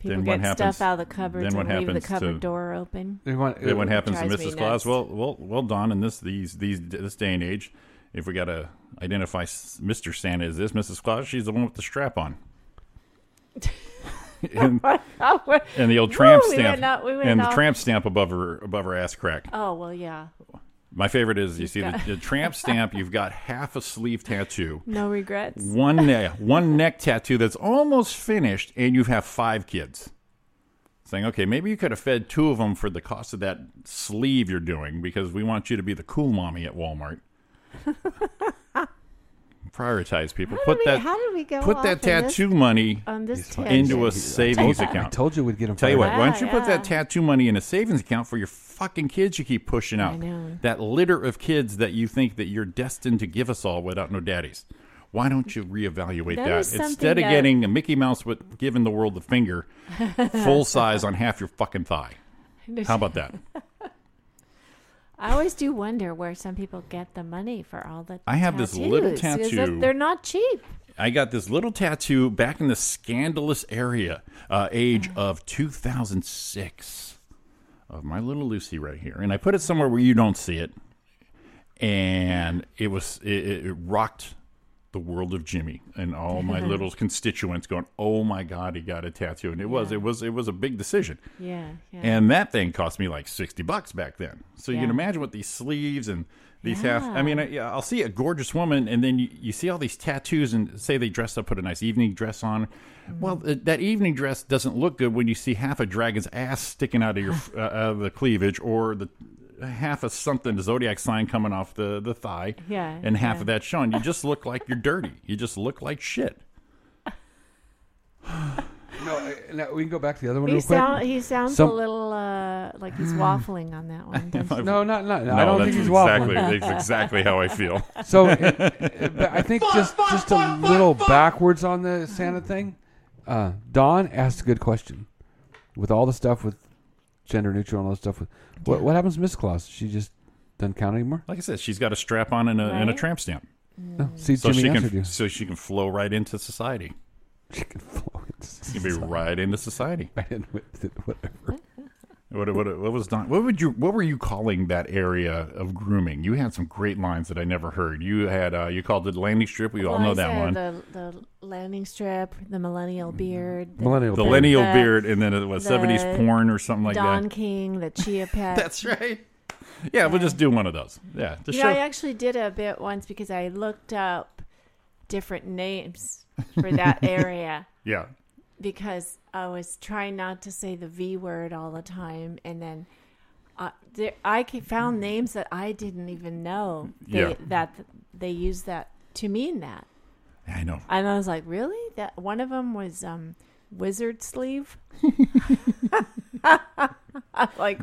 People
Then
get
what happens-
stuff out of the cupboards
then what
and leave the
happens
cupboard
to-
door open.
They want-
Then what
uh,
happens to
drives me
Mrs. Claus?
nuts.
Well, well, well, Don. In this these these this day and age, if we got to identify s- Mr. Santa as this Mrs. Claus, she's the one with the strap on. and, and the old tramp
Woo, we went
stamp,
out- we went
and the
off.
tramp stamp above her above her ass crack.
Oh well, yeah.
My favorite is you see the, the tramp stamp. You've got half a sleeve tattoo,
No regrets.
one neck, one neck tattoo that's almost finished, and you have five kids. Saying, okay, maybe you could have fed two of them for the cost of that sleeve you're doing because we want you to be the cool mommy at Walmart. Prioritize people.
How
put
did we-
that.
how did we go
put
off
that
on this-
tattoo money
on Um, this tangent.
into a savings
I
account.
told you we'd get him.
Tell you what,
fired.
why don't you
Wow,
put that
yeah.
tattoo money in a savings account for your fucking kids you keep pushing out?
know.
That litter of kids that you think that you're destined to give us all without no daddies. Why don't you reevaluate
That
that?
is something
Instead of
that-
getting a Mickey Mouse with giving the world the finger, full size on half your fucking thigh. How about that?
I always do wonder where some people get the money for all the.
I have this little
tattoos, 'cause
tattoo.
They're not cheap.
I got this little tattoo back in the scandalous area uh, age of 2006 of my little Lucy right here, and I put it somewhere where you don't see it, and it was it, it- it rocked the world of Jimmy and all my little constituents going, "Oh my God, he got a tattoo!" And it was it was it was a big decision.
Yeah, yeah.
And that thing cost me like 60 bucks back then. So you can
Yeah.
imagine what these sleeves and these half.
Yeah.
I mean, I, yeah, I'll see a gorgeous woman, and then you, you see all these tattoos, and say they dress up, put a nice evening dress on.
Mm-hmm.
Well, th- that evening dress doesn't look good when you see half a dragon's ass sticking out of your uh, out of the cleavage, or the half of something the zodiac sign coming off the the thigh,
Mm-hmm.
Yeah,
and half
yeah.
of that showing. You just look like you're dirty. You just look like shit.
No, uh, no, we can go back to the other one
He
real quick.
sound he sounds
Some-
a little uh, like he's
Hmm.
waffling on that one. doesn't he?
no, not not. I
No,
don't
that's
think he's
exactly
waffling.
that's exactly how I feel.
So it, it- but I think just just a little backwards on the Santa thing. Uh, Don asked a good question. With all the stuff with gender neutral and all the stuff with what what happens to Miss Claus? She just doesn't count anymore.
Like I said, she's got a strap on and a, and a
Right.
tramp stamp.
No. See,
so
Jimmy
she
answered
can
you.
so she can flow right into society.
She can flow it.
She can be right into society.
I didn't with it, whatever.
What, what, what was Don? What would you? What were you calling that area of grooming? You had some great lines that I never heard. You had uh, you called it landing strip. We all
Well,
know
I
that
said
one. The,
The, the landing strip, the millennial beard, the
Millennial. beard.
lineal
the-
beard, and then it was
the
seventies porn or something like
Don
that.
King, the Chia Pet.
That's right. Yeah, we'll just do one of those. Yeah, to
you
show
know, I actually did a bit once because I looked up different names for that area.
yeah,
because I was trying not to say the V word all the time, and then uh, there, I ca- found names that I didn't even know they,
Hmm. Yeah.
that th- they used that to mean that,
I know.
and I was like, really? That one of them was um, wizard sleeve. I'm like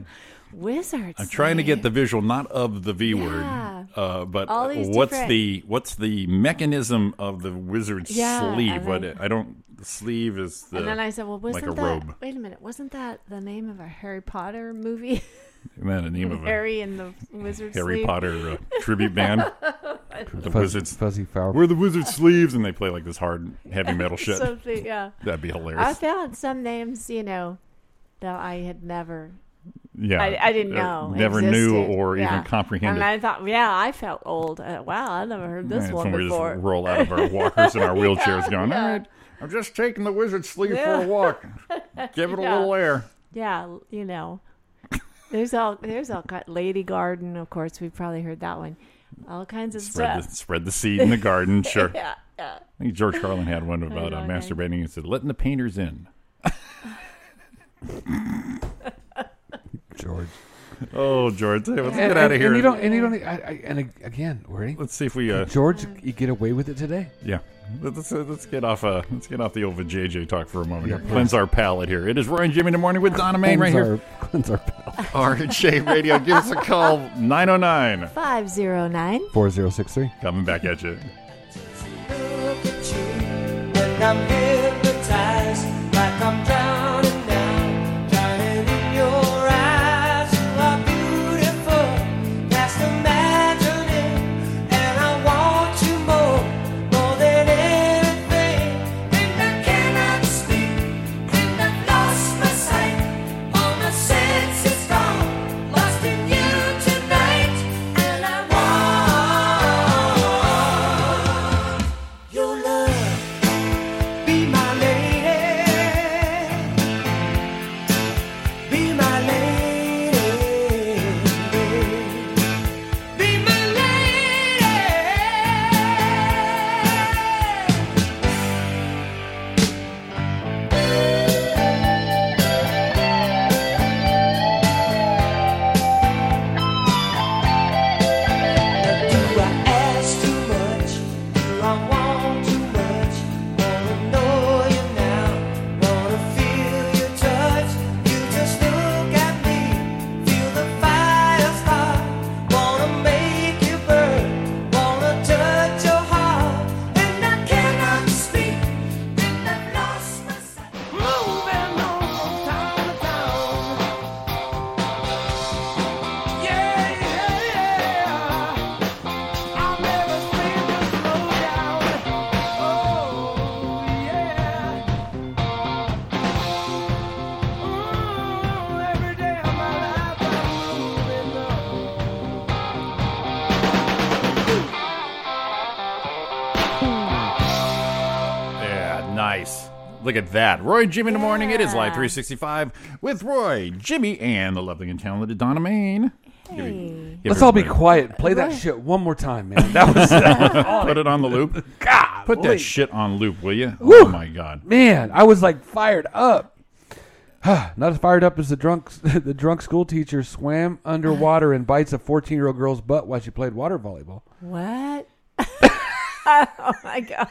wizards.
I'm trying to get the visual, not of the V
Yeah.
word, uh, but
All these
what's
different-
the what's the mechanism of the wizard's
Yeah,
sleeve?
and
What
then-
I don't the sleeve is the
and then I said, "Well,
like
wasn't
a
that?
robe.
Wait a minute, wasn't that the name of a Harry Potter movie?
Isn't that the name of a
Harry and the Wizard
Harry
Sleeve?
Potter uh, tribute band? the
Fuzz-
wizards.
fuzzy foul.
We're the wizard sleeves, and they play like this hard heavy metal shit.
Something, yeah.
That'd be
I
hilarious.
found some names, you know, that I had never,
yeah,
I, I
Uh,
didn't know,
never knew,
existed.
or
Yeah.
even comprehended.
And I thought, yeah, I felt old. Uh, wow, I never heard this
That's
one
when we
before.
just roll out of our walkers and our wheelchairs, going, "All right, I'm just taking the wizard sleeve for a
Yeah.
walk. Give it a
Yeah.
little air."
yeah, l- you know, there's all there's all ki- Lady Garden. Of course, we've probably heard that one. All kinds of
Spread the,
stuff.
spread the seed in the garden. Sure.
Yeah, yeah.
I think George Carlin had one about uh,
know, right?
masturbating. He said, "Letting the painters in."
George.
Oh, George, hey, let's
And,
get out of
and-
here.
and you don't. And you don't. e, I, I, and ag- again, ready?
let's see if we. Uh,
George, you get away with it today.
yeah. Let's uh, let's get off. Uh, let's get off the old JJ talk for a moment. here. Cleanse our palate here. It is Roy and Jimmy in the morning with Donna Main right here.
Cleanse our pal.
RJ Radio. Give us a call. 909.
Five zero nine.
Four zero six three.
Coming back at you.
Oh,
Yeah, nice. Look at that. Roy and Jimmy in the morning. It is Live 365 with Roy, Jimmy, and the lovely and talented Donna Main. Give it- give
Let's all be
everybody-
quiet. Play that shit one more time, man. That was, that was all
Put
it-
it on the loop.
God,
Put
boy.
that shit on loop, will you? Oh,
Woo.
my God.
Man, I was like fired up. Not as fired up as the drunk the drunk school teacher swam underwater and bites a 14 year old girl's butt while she played water volleyball.
What? oh my god!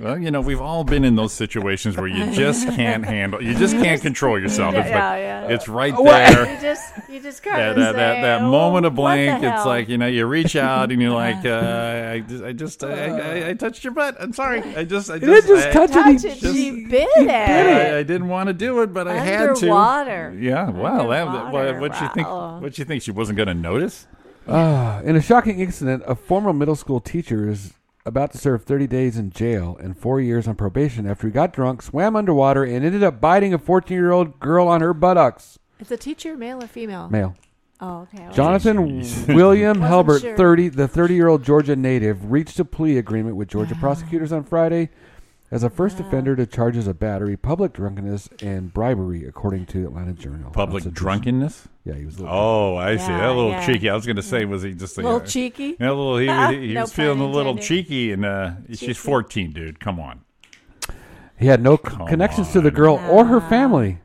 Well, you know, we've all been in those situations where you just can't handle, you just can't control yourself. It's,
Yeah,
like-
yeah.
it's right
You
there.
just you just kind
That,
of
that,
say,
that, that
"Oh,
moment of
what the
blank, it's
hell?"
like, you know, you reach out and you're like, uh, I just, I, just I, I, I touched your butt. I'm sorry. I just, I
He didn't
just,
just
I,
touch
Touch
it.
it,
He,
she
he-
bit
he
it.
I, I didn't want to do it, but I had to.
Underwater.
Yeah. Wow. That, that,
Underwater,
what you think?
wow.
What you think? She wasn't going to notice?
In a shocking incident, a former middle school teacher is about to serve 30 days in jail and four years on probation after he got drunk, swam underwater, and ended up biting a 14 year old girl on her buttocks.
It's a teacher, male or female?
Male.
Oh, okay. I was-
Jonathan
Jeez.
William
Wasn't
Halbert,
sure.
30, the 30 year old Georgia native, reached a plea agreement with Georgia prosecutors on Friday as a first offender to charges of battery, public drunkenness, and bribery, according to Atlanta Journal.
Public
Constitution.
drunkenness.
Yeah, he was. a little-
Oh, I see.
Yeah,
That little
yeah.
cheeky. I was going to say, was he just
Little
uh,
cheeky?
Yeah, a little. He, he, he
No
was feeling
pun
a little
intended.
cheeky, and uh, she's fourteen, dude. Come on.
He had no c- connections to the girl or her family.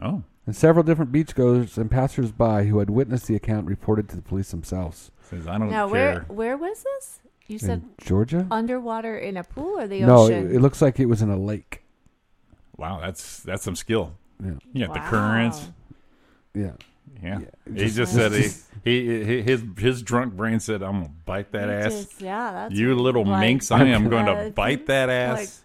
Oh.
And several different beachgoers and passersby who had witnessed the account reported to the police themselves.
Says, I don't
Now, where where was this? You
In
said
Georgia?
underwater in a pool or the
no,
ocean?
it, it looks like it was in a lake.
Wow, that's that's some skill.
Yeah.
You got the currents.
Yeah.
Yeah.
Yeah,
he
just-
just said he,
just-
he he- his his drunk brain said, "I'm gonna bite that
You
ass."
just- yeah, that's
you little
like-
minx! I am going to
like-
bite that ass.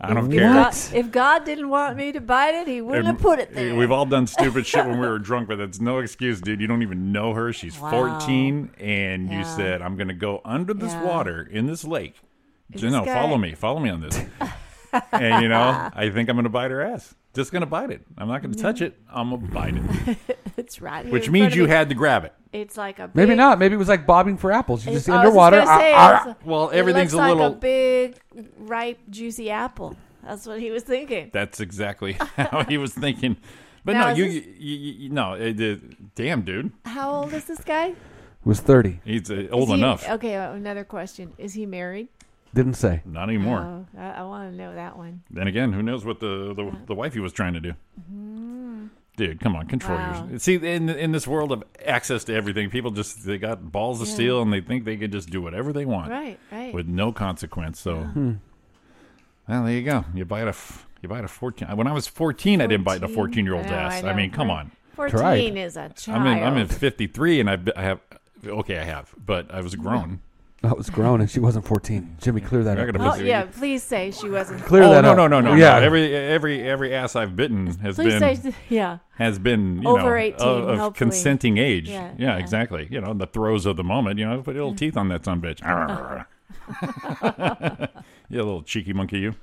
I don't
If
care.
God, if God didn't want me to bite it, He wouldn't have put it there.
We've all done stupid shit when we were drunk, but that's no excuse, dude. You don't even know her. She's
Wow.
14, and you
Yeah.
said, I'm going to go under this
Yeah.
water in this lake.
Is
no,
this guy-
follow me. Follow me on this. and, you know, I think I'm going to bite her ass. Just going to bite it. I'm not going to touch it. I'm going to bite it,
it's right here.
which
in front
means
of
you
me.
had to grab it.
It's like a
Maybe
big-
not. Maybe it was like bobbing for apples. You
it's-
just
I was
underwater.
gonna
ah,
say,
ah,
it's-
Well, everything's a
it looks
little.
like a big, ripe, juicy apple. That's what he was thinking.
That's exactly how he was thinking. But
Now,
no,
is
you,
this-
you, you, you, no, it, it, damn, dude.
How old is this guy? Is
was 30.
He's uh, old
he-
enough.
Okay, uh, another question: Is he married?
Didn't say.
Not anymore.
Oh, I, I want to know that one.
Then again, who knows what the the, the wife he was trying to do? Dude, come on, control
Mm-hmm. Wow.
yours. See, in in this world of access to everything, people just they got balls of steel and they think they can just do whatever they want
Right, right.
with no consequence. So,
Hmm.
well, there you go. You bite a f- you bite a fourteen. When I was fourteen, I didn't bite a
14.
fourteen year old's
Oh, I know,
ass.
I
I, mean,
know.
come
Four-
on.
14
Tried.
is a child.
I'm in I'm in fifty three, and I've been- I have okay, I have, but I was grown.
I was grown and she wasn't 14. Jimmy, clear that
I
up.
gotta
Oh
miss-
yeah, please say she wasn't.
Clear
oh
that
no,
up.
no no no
Yeah.
no! Every every every ass I've bitten has
Please
been
say yeah.
has been you
Over
know,
18,
of, of
hopefully.
consenting age.
Yeah,
Yeah,
yeah.
exactly. You know, the throes of the moment. You know, put your little teeth on that son bitch. you little cheeky monkey, you.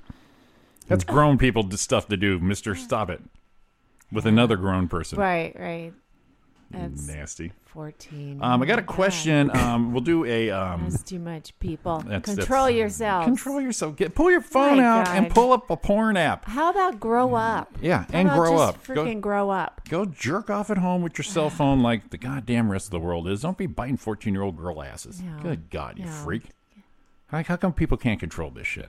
That's grown people d- stuff to do, Mister. Stop it with another grown person.
Right, right. That's
Nasty.
fourteen.
Um, I got
Oh
a
my God.
question. Um, we'll do a um,
That's too much, people.
that's- that's-
Control yourself.
Control yourself. Get pull your phone
My
out and
God.
pull up a porn app.
How about grow up?
Yeah,
How
and
about
grow
just
up. Go-
Freaking grow up.
Go jerk off at home with your cell phone like the goddamn rest of the world is. Don't be biting 14 year old girl asses.
No.
Good God, you
No.
freak. Like, how come people can't control this shit?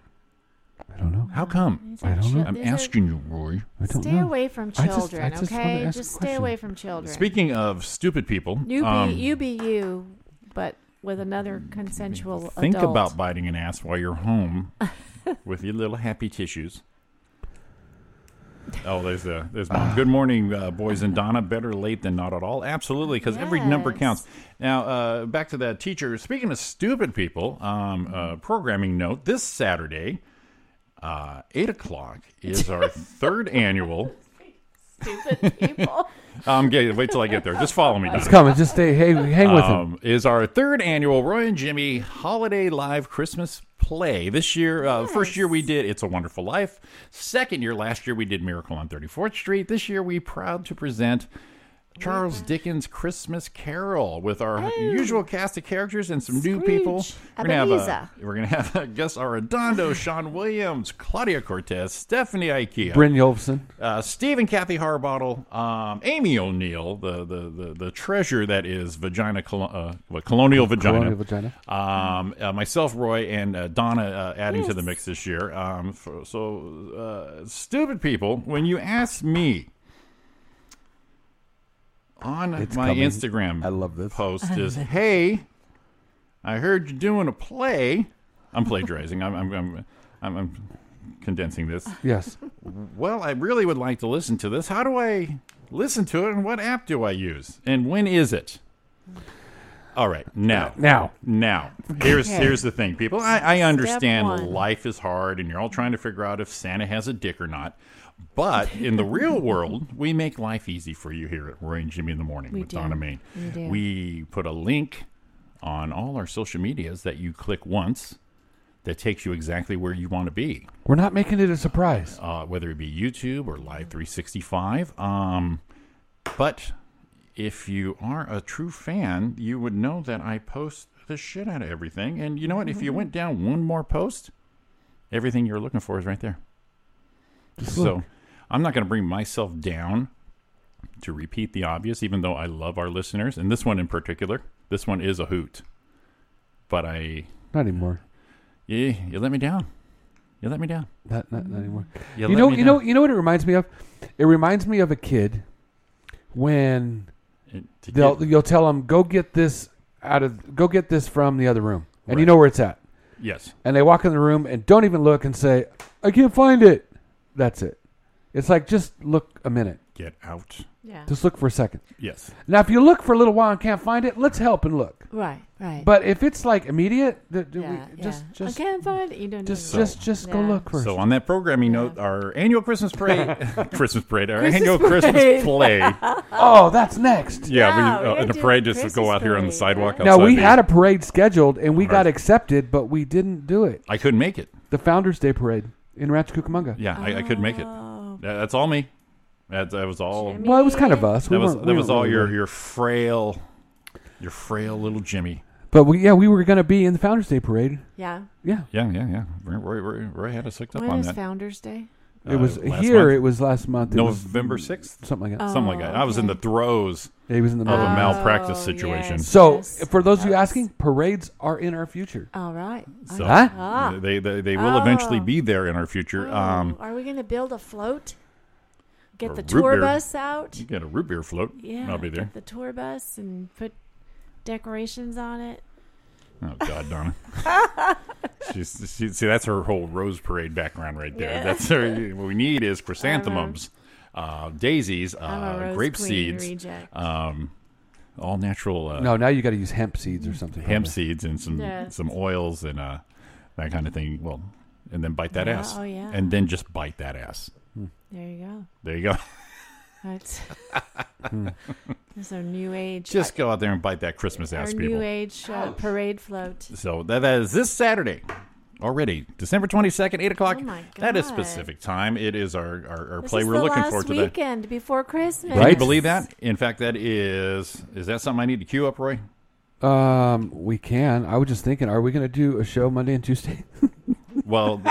I don't know.
How come?
I don't know.
I'm asking you, Roy.
I don't
Stay
know.
away from
I just- I
children,
just wanted to
okay?
ask a
Just stay
question.
away from children.
Speaking of stupid people,
you be
um, Mm,
you be you, but with another consensual
think
adult.
about biting an ass while you're home with your little happy tissues. Oh, there's the there's mom. Good morning, uh, boys and Donna. Better late than not at all. Absolutely, because every number
Yes.
counts. Now, uh, back to that teacher. Speaking of stupid people, um, uh, programming note: this Saturday, uh, eight o'clock is our third annual.
stupid people.
Um, get, wait till I get there. Just follow me. Donna.
It's coming. Just stay. Hey, hang with him.
Um, is our third annual Roy and Jimmy Holiday Live Christmas Play. This year, uh, first year we did It's a Wonderful Life. Second year, last year we did Miracle on 34th Street. This year we proud to present Charles Dickens Christmas Carol with our usual cast of characters and some new people.
Scrooge.
We're gonna have
Ebenezer.
a, we're gonna have Gus Arredondo, Sean Williams, Claudia Cortez, Stephanie Ikea,
Bryn Yolfson.
uh, Steve and Kathy Harbottle, um, Amy O'Neill, the, the, the, the treasure that is vagina, colo- uh, what, colonial vagina,
Colonial vagina.
Um, uh, myself, Roy, and uh, Donna uh, adding to the mix this year. Um, for, so, uh, stupid people, when you ask me on
It's
my
coming.
Instagram,
I love this.
post is, "Hey, I heard you doing a play." I'm plagiarizing. I'm I'm I'm, I'm, I'm condensing this.
Yes.
Well, I really would like to listen to this. How do I listen to it, and what app do I use, and when is it? All right, now,
Now.
now, here's here's the thing, people. I, I
one.
understand life is hard, and you're all trying to figure out if Santa has a dick or not. But in the real world, we make life easy for you here at Roy and Jimmy in the Morning with
do.
Donna Main.
We do.
we put a link on all our social medias that you click once that takes you exactly where you want to be
We're not making it a surprise.
uh, whether it be YouTube or Live 365. Um, but if you are a true fan, you would know that I post the shit out of everything. And you know what? If you went down one more post, everything you're looking for is right there. So I'm not going to bring myself down to repeat the obvious, even though I love our listeners. And this one in particular, this one is a hoot. But I,
Not anymore.
yeah, you let me down. You let me down.
Not, not, not anymore.
You
You,
let
know,
me
you know,
down.
you know what it reminds me of? It reminds me of a kid when
Uh, to
they'll
get-
you'll tell them go get this out of go get this from the other room, and you know where it's at.
Yes.
And they walk in the room and don't even look and say, "I can't find it." That's it. It's like just look a minute.
Get out.
Yeah.
Just look for a second.
Yes.
Now, if you look for a little while and can't find it, let's help and look.
Right, right.
But if it's like immediate, th- do
yeah,
we just
yeah.
just
I can't find it. You don't
just
need
just
it.
just go
Yeah.
look first.
So uh, on that programming note, our annual Christmas parade, Christmas parade, our
Christmas
annual
parade.
Christmas play. yeah,
oh, that's next.
Wow,
we,
we
uh,
gotta
the
do
parade
the
just to
Christmas
go out here on the
parade,
sidewalk.
right?
Now
outside
we
the-
had a parade scheduled and we got
Right.
accepted, but we didn't do it.
I couldn't make it.
The Founders Day parade in Rancho Cucamonga.
Yeah, I, I couldn't make it. That- That's all me. That, that was all.
Oh. Jimmy.
Well, it was kind of us. We
That was
weren't-
that
we
was
weren't
all
really
your
there.
your frail, your frail little Jimmy.
But we yeah we were gonna be in the Founders Day parade.
Yeah.
Yeah,
Yeah, yeah, yeah. Roy, Roy, Roy, Roy had us hooked up
When
on
is
that.
Founders Day?
it
Uh,
was
last
here.
month.
It was last month. It was
November sixth,
something like that.
something like that. I was in the throes
Yeah, he was in the
of
middle.
a
Oh,
malpractice situation.
yes.
So
Yes.
for those of you
Yes.
asking, parades are in our future.
All right.
So
Huh?
Ah.
they, they they will
Oh.
eventually be there in our future.
Oh,
Um,
are we going to build a float? Get the
root
tour
beer.
bus out?
you get a root beer float.
Yeah.
I'll be there.
Get the tour bus and put decorations on it.
Oh God, Donna. She's she, see that's her whole rose parade background right there. That's her. What we need is chrysanthemums, uh, daisies,
I'm a
uh,
rose
grape
queen
seeds,
Reject.
um, all natural uh,
No, now you got to use hemp seeds or something.
hemp seeds, and some
Yes.
some oils and uh, that kind of thing. Well, and then bite that
Yeah,
ass.
oh, yeah.
And then just bite that ass.
there you go.
There you go.
That's There's our new age.
Hmm. just go out there and bite that Christmas
our
ass,
new
people.
age uh, parade float.
So that, that is this Saturday already, December 22nd, 8 o'clock.
Oh my
That is
God.
Pacific time. It is our, our, our
This
play
is
we're
the
looking
last
forward to. that.
weekend before Christmas.
Can you
Right?
believe that? In fact, that is, is that something I need to queue up, Roy?
Um, we can. I was just thinking, are we going to do a show Monday and Tuesday?
Well,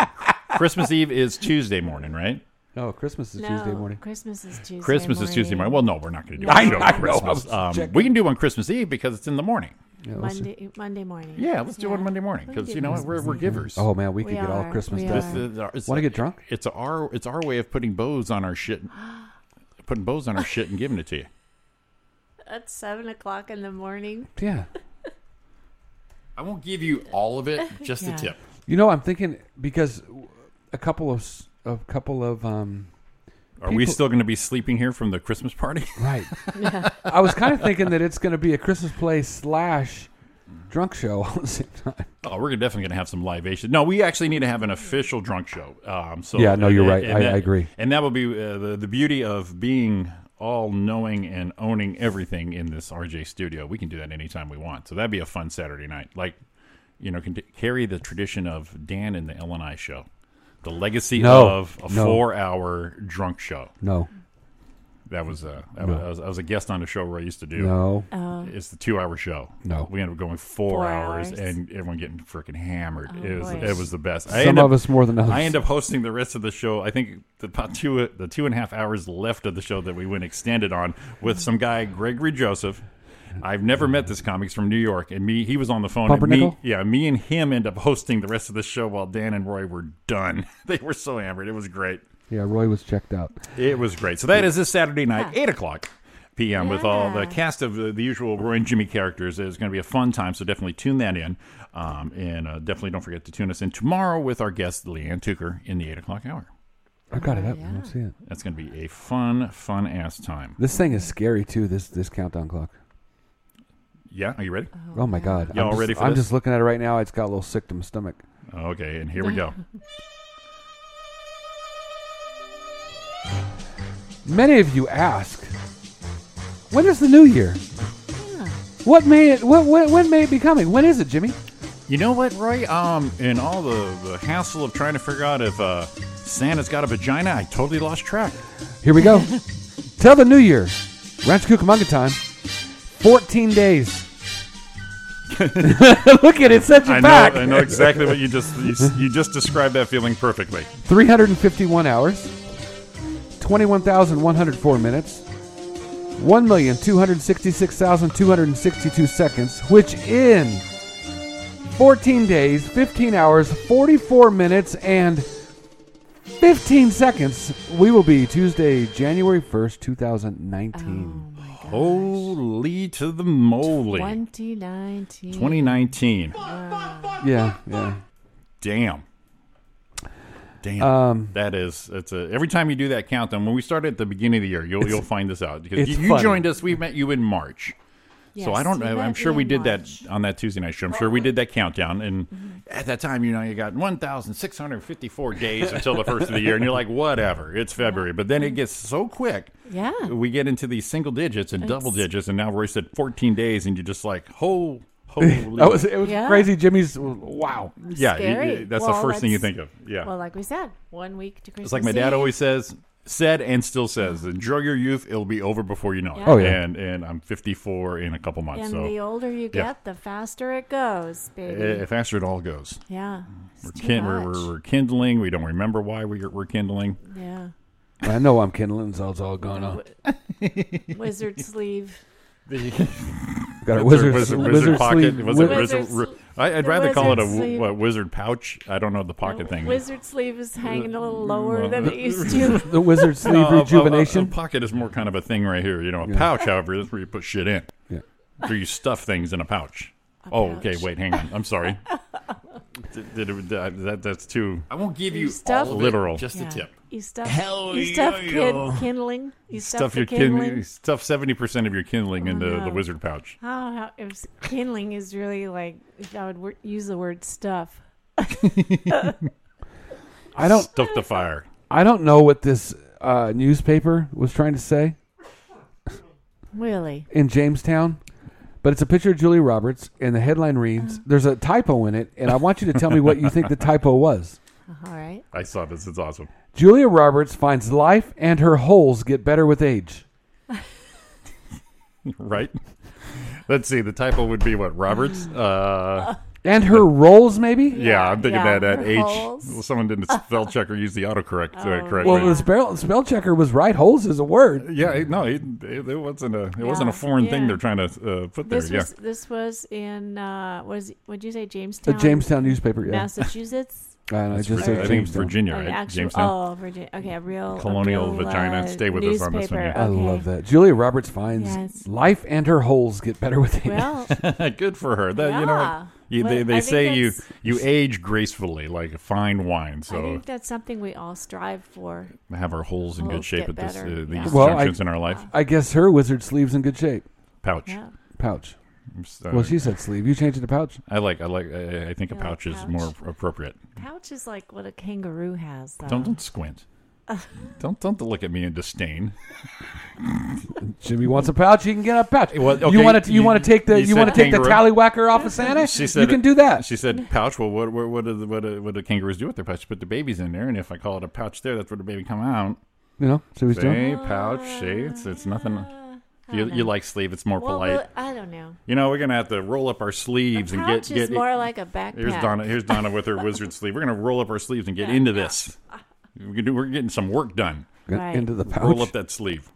Christmas Eve is Tuesday morning, right?
no, Christmas is
No,
Tuesday morning.
Christmas is Tuesday.
Christmas
morning.
is Tuesday morning. Well, no, we're not going to do
No.
a show
I
on
know, I
Christmas.
was
um,
checking.
we can do one Christmas Eve because it's in the morning.
Yeah, we'll see.
Monday, Monday morning.
Yeah, let's do one
Yeah. Oh,
Monday morning
We can
because
do
you know what? We're,
Christmas
we're
Eve.
givers.
Oh man, we,
We
could get all
are.
Christmas
We
stuff.
are.
This is our- it's
Wanna
a-
get drunk?
It's our it's our way of putting bows on our shit, putting bows on our shit and giving it to you.
At seven o'clock in the morning.
Yeah.
I won't give you all of it, just
Yeah.
the tip.
You know, I'm thinking because a couple of s- a couple of um
Are we
People-
still going to be sleeping here from the Christmas party?
right. I was kind of thinking that it's going to be a Christmas play slash drunk show all at the same time.
oh, we're definitely going to have some libations. No, we actually need to have an official drunk show. Um, so
Yeah, no, you're right. I-
that-
I agree.
And that will be uh, the the beauty of being all knowing and owning everything in this RJ studio. We can do that anytime we want. So that'd be a fun Saturday night. Like, you know, can t- carry the tradition of Dan and the LNI show. The legacy
No,
of a
no.
four-hour drunk show.
No,
That was uh, that was, I was I was a guest on a show where I used to do.
no.
Oh.
It's the two hour show.
No.
We ended up going four,
Um, Four
hours,
hours.
and everyone getting freaking hammered.
Oh,
it was
boy.
it was the best. I
Some
end up,
of us more than others.
I end up hosting the rest of the show. I think the, about two the two and a half hours left of the show that we went extended on with some guy Gregory Joseph. I've never met this comic. He's from New York, and me he was on the phone. and me,
Pumpernickel?
yeah, me and him end up hosting the rest of the show while Dan and Roy were done. they were so hammered. It was great.
Yeah, Roy was checked out.
It was great. So that is this Saturday night, eight o'clock p.m. with all the
Yeah.
cast of the, the usual Roy and Jimmy characters. It's going to be a fun time. So definitely tune that in, um, and uh, definitely don't forget to tune us in tomorrow with our guest Leanne Tucker in the eight o'clock hour.
I got it up.
Oh, yeah.
I don't see it.
That's going to be a fun, fun ass time.
This thing is scary too. This this countdown clock.
Yeah, are you ready?
Oh, my god!
Y'all
I'm just,
ready for
I'm
this?
just looking at it right now. It's got a little sick to my stomach.
Oh. Okay, and here we go.
Many of you ask, when is the new year? What may it? What, when, when may it be coming? When is it, Jimmy?
You know what, Roy? Um, in all the, the hassle of trying to figure out if uh, Santa's got a vagina, I totally lost track.
Here we go. Till the new year, Rancho Cucamonga time. Fourteen days. Look at it, sets you
I know,
back.
I know exactly what you just you, you just described that feeling perfectly.
351 hours, 21,104 minutes, 1,266,262 seconds, which in 14 days, 15 hours, 44 minutes, and 15 seconds. We will be Tuesday, January 1st, 2019.
Hmm.
Oh,
Holy to the moly.
2019.
2019.
Yeah, yeah.
Damn. Damn.
Um,
that is. It's a. Every time you do that countdown, when we start at the beginning of the year, you'll you'll find this out because
it's
you, you
funny.
joined us. We met you in March. so I
Yes,
don't
we
know.
met
I'm
you
sure we
in
did
March. Mm-hmm.
that on that Tuesday night show. I'm sure we did that countdown, and at that time, you know, you got 1,654 days until the first of the year, and you're like, whatever, it's February. But then it gets so quick.
Yeah.
We get into these single digits and double digits, and now Royce said 14 days, and you're just like, ho, holy.
That was, it was
Yeah.
crazy. Jimmy's, wow.
yeah, you-
Scary.
you- that's the
Well,
first thing you
that's-
think of. Yeah.
Well, like we said, one week to Christmas.
It's like my dad
Eve.
always says, said and still says, enjoy your youth. It'll be over before you know it.
Yeah. Oh,
yeah.
And and I'm 54 in a couple months,
And
so
the older you get,
Yeah.
the faster it goes, baby.
eh, faster it all goes.
yeah.
We're,
It's too
kin- we're,
much.
we're, we're kindling. We don't remember why we're, we're Uh. kindling.
Yeah.
I know I'm kindling, so it's all going on.
Wizard sleeve.
Got a
Wizard- wizard-
wizard, wizard,
wizard
sleeve.
pocket. Was it
wizard-
Wizard
wizard-
sleeve.
I, would
The
rather call it a
wizard
w-
sleeve.
what, wizard pouch. I don't know the pocket thing. Uh,
Wizard sleeve is hanging a little lower than it used to.
the wizard
No,
sleeve
a- a- a- A,
rejuvenation.
pocket is more kind of a thing right here. You know, a pouch, however, that's where you put shit in.
Yeah.
That's where you stuff things in a pouch. oh, okay.
pouch.
Wait, hang on. I'm sorry. Did- did it- did- that, that's too. I won't give you
stuff- all of it,
literal. Just
Yeah.
a tip.
You stuff,
Hell
you stuff
yo,
kid-
yo.
kindling. You stuff,
Stuff
the
your
kindling. Oh,
kindling. Stuff seventy percent of your kindling into
no.
the wizard pouch.
Oh, how, it was, kindling is really like if I would wor- use the word stuff.
I don't,
Stuff the fire.
I don't know what this uh, newspaper was trying to say.
Really?
in Jamestown, but it's a picture of Julie Roberts, and the headline
Oh.
reads, "There's a typo in it, and I want you to tell me what you think the typo was."
All right.
I saw this. It's awesome.
Julia Roberts finds life and her holes get better with age.
Right. Let's see. The typo would be what Roberts. Uh,
And her roles, maybe?
yeah, I'm thinking
Oh, yeah,
that at
her
H.
holes.
Well, someone didn't spell check or use the autocorrect uh,
Oh,
correctly.
Well, the spell, spell checker was right. Holes is a word.
Yeah, it, no, it, it, it wasn't a it wasn't a
Yeah,
foreign thing
yeah.
they're trying to uh, put there.
This
yeah,
was this was in uh was would you say
The
Jamestown?
Jamestown newspaper. Yeah,
Massachusetts?
I, don't know, I just
Vir-
said
I think
Jamestown.
Virginia,
An
right?
actual-
Jamestown.
Oh, Virginia. Okay, a real a
Colonial
real,
vagina.
uh,
Stay with us on this one,
newspaper.
yeah.
I
Okay.
love that. Julia Roberts finds
Yes.
life and her holes get better with age.
Well,
Good for her. That, You know,
oh. Yeah.
what? You, they,
Well,
they
I think
say you
that's-
you age gracefully like fine wine.
I
So
think that's something we all strive for.
have our holes in good
Holes
shape at
get
this, uh,
better,
these
yeah.
Well, I-
junctions in our life.
I guess her wizard sleeve's in good shape.
Pouch.
Yeah.
Pouch.
I'm sorry.
Well, she said sleeve. You changed it to pouch.
I like. I like. I, I think a
Yeah,
pouch is
pouch.
more appropriate.
Pouch is like what a kangaroo has. Though.
Don't don't squint.
Uh.
don't don't look at me in disdain.
Jimmy wants a pouch. You can get a pouch.
Well, okay,
you want to you,
you-
want to take the
you
you, want to
said
take the
kangaroo.
tallywhacker off of Santa.
She said
you can do that.
She said pouch. Well, what what what do, the- what, do, what do kangaroos do with their pouch? They Put the babies in there, and if I call it a pouch, there, that's where the baby come out.
you know, so he's doing.
Say pouch. See, it's it's nothing. You, you like sleeve? It's more
Ah. Well,
polite.
well, I don't know.
you know, we're gonna have to roll up our sleeves and get
Pouch is
get.
more like a backpack.
here's Donna. Here's Donna with her wizard sleeve. We're gonna roll up our sleeves and get into this. We can do, we're getting some work done.
Get
Right.
Into the pouch.
Roll up that sleeve.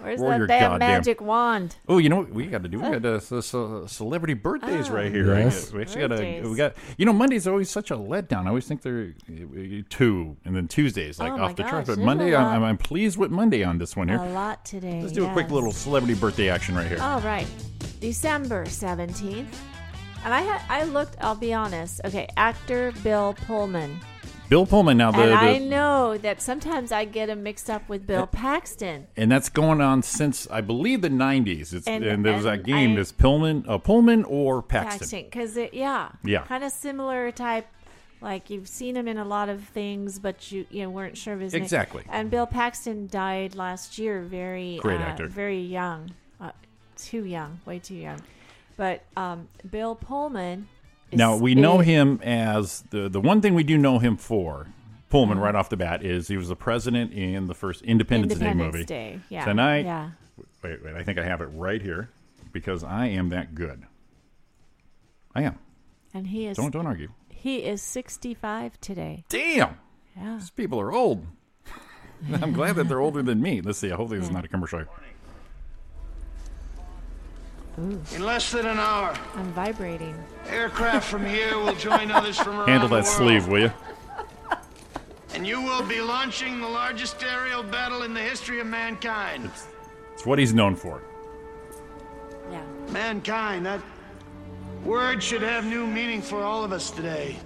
Where's
Roll your
that damn
goddamn-
magic wand?
Oh, you know what we got to do? We got uh, so, so celebrity birthdays right here. I
Yes.
guess. We actually got to.
Birthdays.
We got. You know, Monday's always such a letdown. I always think they're uh, uh, two, and then Tuesdays like
Oh my
off the charts.
gosh,
But
there's
Monday,
a
I'm,
lot.
I'm, I'm pleased with Monday on this one
A
here.
lot today.
Let's do a quick
Oh, yes. Oh.
little celebrity birthday action right here.
All right, December seventeenth, and I had I looked. I'll be honest. Okay, actor Bill Pullman,
Bill Pullman now the,
and
the
I know that sometimes I get him mixed up with Bill Paxton.
and that's going on since I believe the 90s. It's and,
And-
there was
and
that game.
I-
Is Pullman uh, Pullman or Paxton?
Paxton, because yeah,
Yeah.
kind of similar type. Like you've seen him in a lot of things, but you you know, weren't sure of his name.
Exactly.
And Bill Paxton died last year, very
Great
uh,
actor.
very young, uh, too young, way too young. But um, Bill Pullman. Is,
Now we know
is-
him as the the one thing we do know him for. Pullman,
Mm-hmm.
right off the bat, is he was the president in the first Independence,
Independence
Day movie.
Day, yeah,
Tonight-
Yeah.
Wait, wait, I think I have it right here because I am that good. I am.
And he is
Don't don't argue.
he is 65 today.
Damn,
Yeah.
these people are old. I'm glad that they're older than me. Let's see. Hopefully, this is not a commercial.
In less than an hour,
I'm vibrating.
aircraft from here will join others from around
Handle
the
that
world,
sleeve, will you?
and you will be launching the largest aerial battle in the history of mankind.
It's what he's known for.
Yeah.
Mankind, that word should have new meaning for all of us today.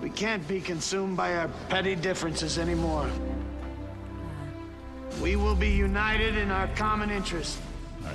We can't be consumed by our petty differences anymore. We will be united in our common interest.
All right,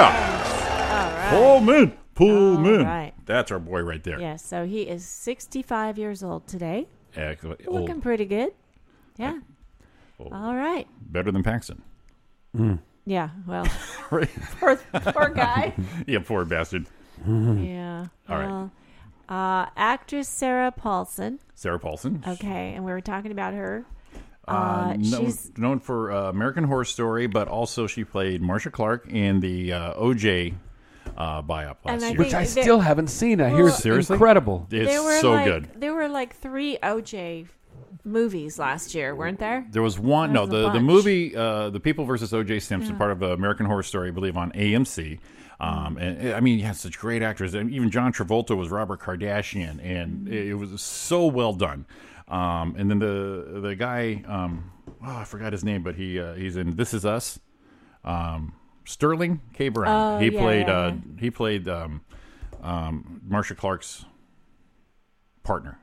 Yeah. All right. Pullman. Pullman.
right.
That's our boy right there.
Yeah, so he is 65 years old today.
Excellent.
Looking
Old.
pretty good. Yeah.
Old.
All right.
Better than Paxton.
Yeah, well,
Right.
poor, poor guy.
yeah, poor bastard.
yeah.
All right.
well, Uh, actress Sarah Paulson.
Sarah Paulson.
Okay, and we were talking about her. Uh,
Uh, known,
she's
known for uh, American Horror Story, but also she played Marsha Clark in the uh, OJ uh, biop last
And
year.
I think
Which I
They-
still haven't seen. I hear it's
Seriously?
incredible.
It's
there were
so
like,
good.
There were like three OJ movies last year, weren't there?
There was one.
There
no,
was a
the the
bunch. Hmm.
movie, uh, the People versus O.J. Simpson,
Yeah.
part of uh, American Horror Story, I believe, on AMC. Um, and uh, I mean, you had such great actors. And even John Travolta was Robert Kardashian,
Hmm.
and it, it was so well done. Um, and then the the guy, um, oh, I forgot his name, but he uh, he's in This Is Us. Um, Sterling K. Brown.
Oh,
he,
yeah,
played,
yeah,
uh,
yeah.
he played. um, um, Marsha Clark's partner.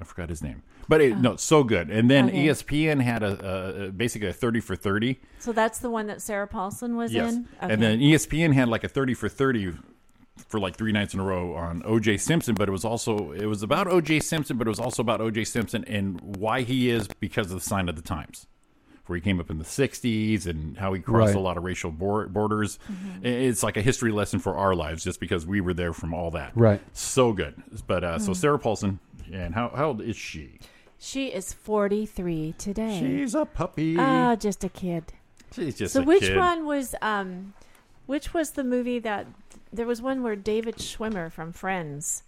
I forgot his name, but it, no, it's so good. And then E
Okay.
ESPN had a, a basically a thirty for thirty.
So that's the one that Sarah Paulson was
yes,
in. Okay.
and then E ESPN had like a thirty for thirty for like three nights in a row on OJ Simpson. But it was also it was about OJ Simpson, but it was also about OJ Simpson and why he is because of the sign of the times. Where he came up in the '60s and how he crossed
Right.
a lot of racial bor- borders,
Mm-hmm.
I- it's like a history lesson for our lives, just because we were there from all that.
Right.
So good. But uh, so
Mm.
Sarah Paulson, and how, how old is she?
she is 43 today.
She's a puppy.
Oh, just a kid.
She's just
so
a
which
kid.
one was um which was the movie that there was one where David Schwimmer from Friends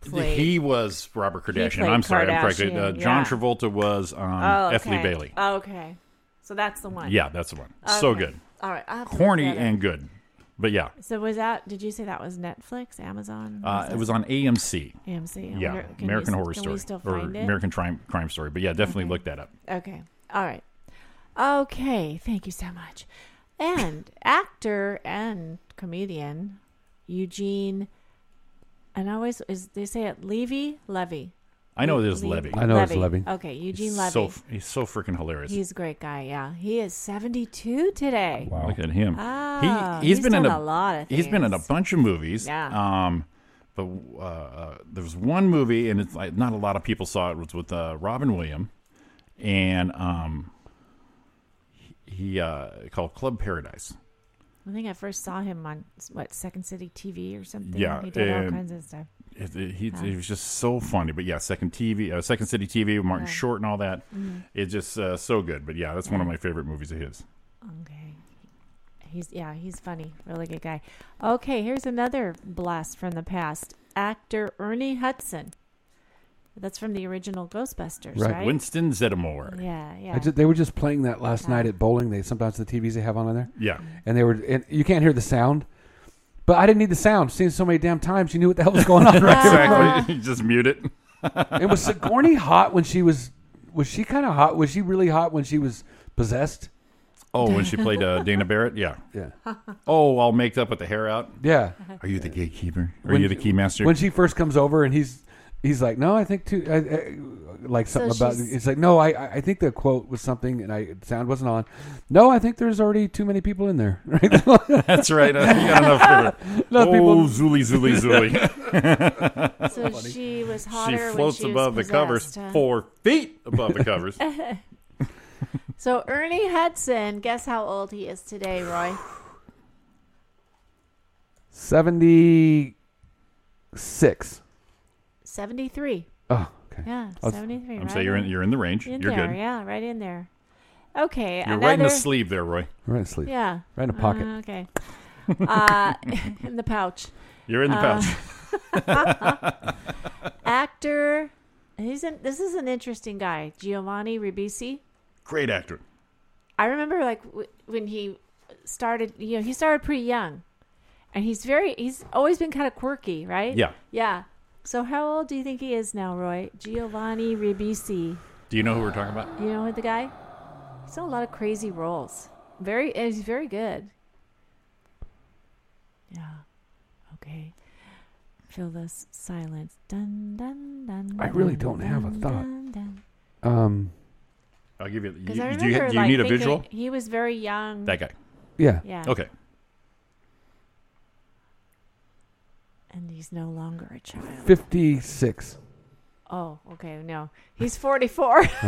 played
He was Robert Kardashian.
played
I'm sorry, I'm corrected.
Kardashian,
Uh, John
yeah.
Travolta was um,
oh,
F. Lee
okay.
Bailey.
Oh, okay. So that's the one.
Yeah, that's the one. So
Okay.
good.
All right. I'll have to look
Corny
that up.
and good. But yeah,
So was that did you say that was Netflix, Amazon? What
uh,
was
it
that?
was on AMC.
AMC. I
Yeah,
wonder- can
American
we-
Horror
can
Story
We still
or
find it?
American Crime Crime Story. But yeah, definitely
Okay.
look that up.
Okay. All right. Okay. Thank you so much. And actor and comedian Eugene, and I always is they say it Levy Levy.
I know it is
Le-
Levy.
I know it's Levy.
Okay, Eugene
He's
Levy.
So f- he's so freaking hilarious.
He's a great guy. Yeah, he is seventy-two today.
Look at him.
Ah,
he
he's
been in
done
a,
a lot of
He's been in a bunch of movies.
Yeah.
Um, but uh, uh, there was one movie, and it's like not a lot of people saw it. It was with uh, Robin William, and um, he uh, called Club Paradise.
I think I first saw him on what Second City TV or something.
Yeah,
he did all
and-
kinds of stuff.
It, it- he,
Yeah.
it was just so funny. But yeah, Second TV, uh, Second City TV, with Martin
Yeah.
Short, and all that.
Mhm.
It's just uh, so good. But yeah, that's one of my favorite movies of his.
Okay. He's yeah, he's funny. Really good guy. Okay, here's another blast from the past. Actor Ernie Hudson. That's from the original Ghostbusters, right?
Winston Zeddemore.
Yeah, yeah.
I ju- they were just playing that last night at bowling. They sometimes the TVs they have on there.
Yeah.
and they were and you can't hear the sound. But I didn't need the sound. Seen it so many damn times, you knew what the hell was going on. Right?
Exactly.
Uh-huh.
just mute it.
and was Sigourney hot when she was? Was she kind of hot? Was she really hot when she was possessed?
Oh, when she played uh, Dana Barrett, yeah,
yeah.
Oh, all maked up with the hair out.
Yeah.
Are you the gatekeeper? Are
When-
you the keymaster?
When she first comes over and he's he's like, no, I think too, I, I, like
So
something about.
she's-
It's like, no, I I- I think the quote was something, and I sound wasn't on. No, I think there's already too many people in there. Right?
That's right. I think I don't know if we were-
Enough
oh,
people-
Zuli, Zuli, Zuli.
So she was hotter
she
when
floats
she was
above the covers,
possessed, huh?
four feet above the covers.
So Ernie Hudson, guess how old he is today, Roy?
76.
73.
Oh, okay.
Yeah,
I'll-
73.
I'm
right
saying you're in- you're in the range.
In
You're
there,
good.
Yeah, right in there. Okay.
You're right in the
another-
sleeve there, Roy.
Right in the sleeve.
Yeah.
Right in the pocket.
Uh, okay. Uh, in the pouch.
You're in the
Uh, pouch. actor. He's an, this is an interesting guy, Giovanni Ribisi.
Great actor.
I remember like w- when he started, you know, he started pretty young. And he's very he's always been kind of quirky, right?
Yeah.
Yeah. So how old do you think he is now, Roy? Giovanni Ribisi.
Do you know who we're talking about?
You know the guy? He's done a lot of crazy roles. Very he's very good. Yeah. Okay. Feel this silence. Dun dun dun.
I really
dun,
don't have a
dun,
thought.
dun, dun.
Um,
I'll give you. you
'Cause I
do you,
remember,
do you
like,
need a
thinking
visual?
He was very young.
That guy.
Yeah.
Yeah.
Okay.
And he's no longer a child. Uh-huh.
56.
Oh, okay. No, he's 44.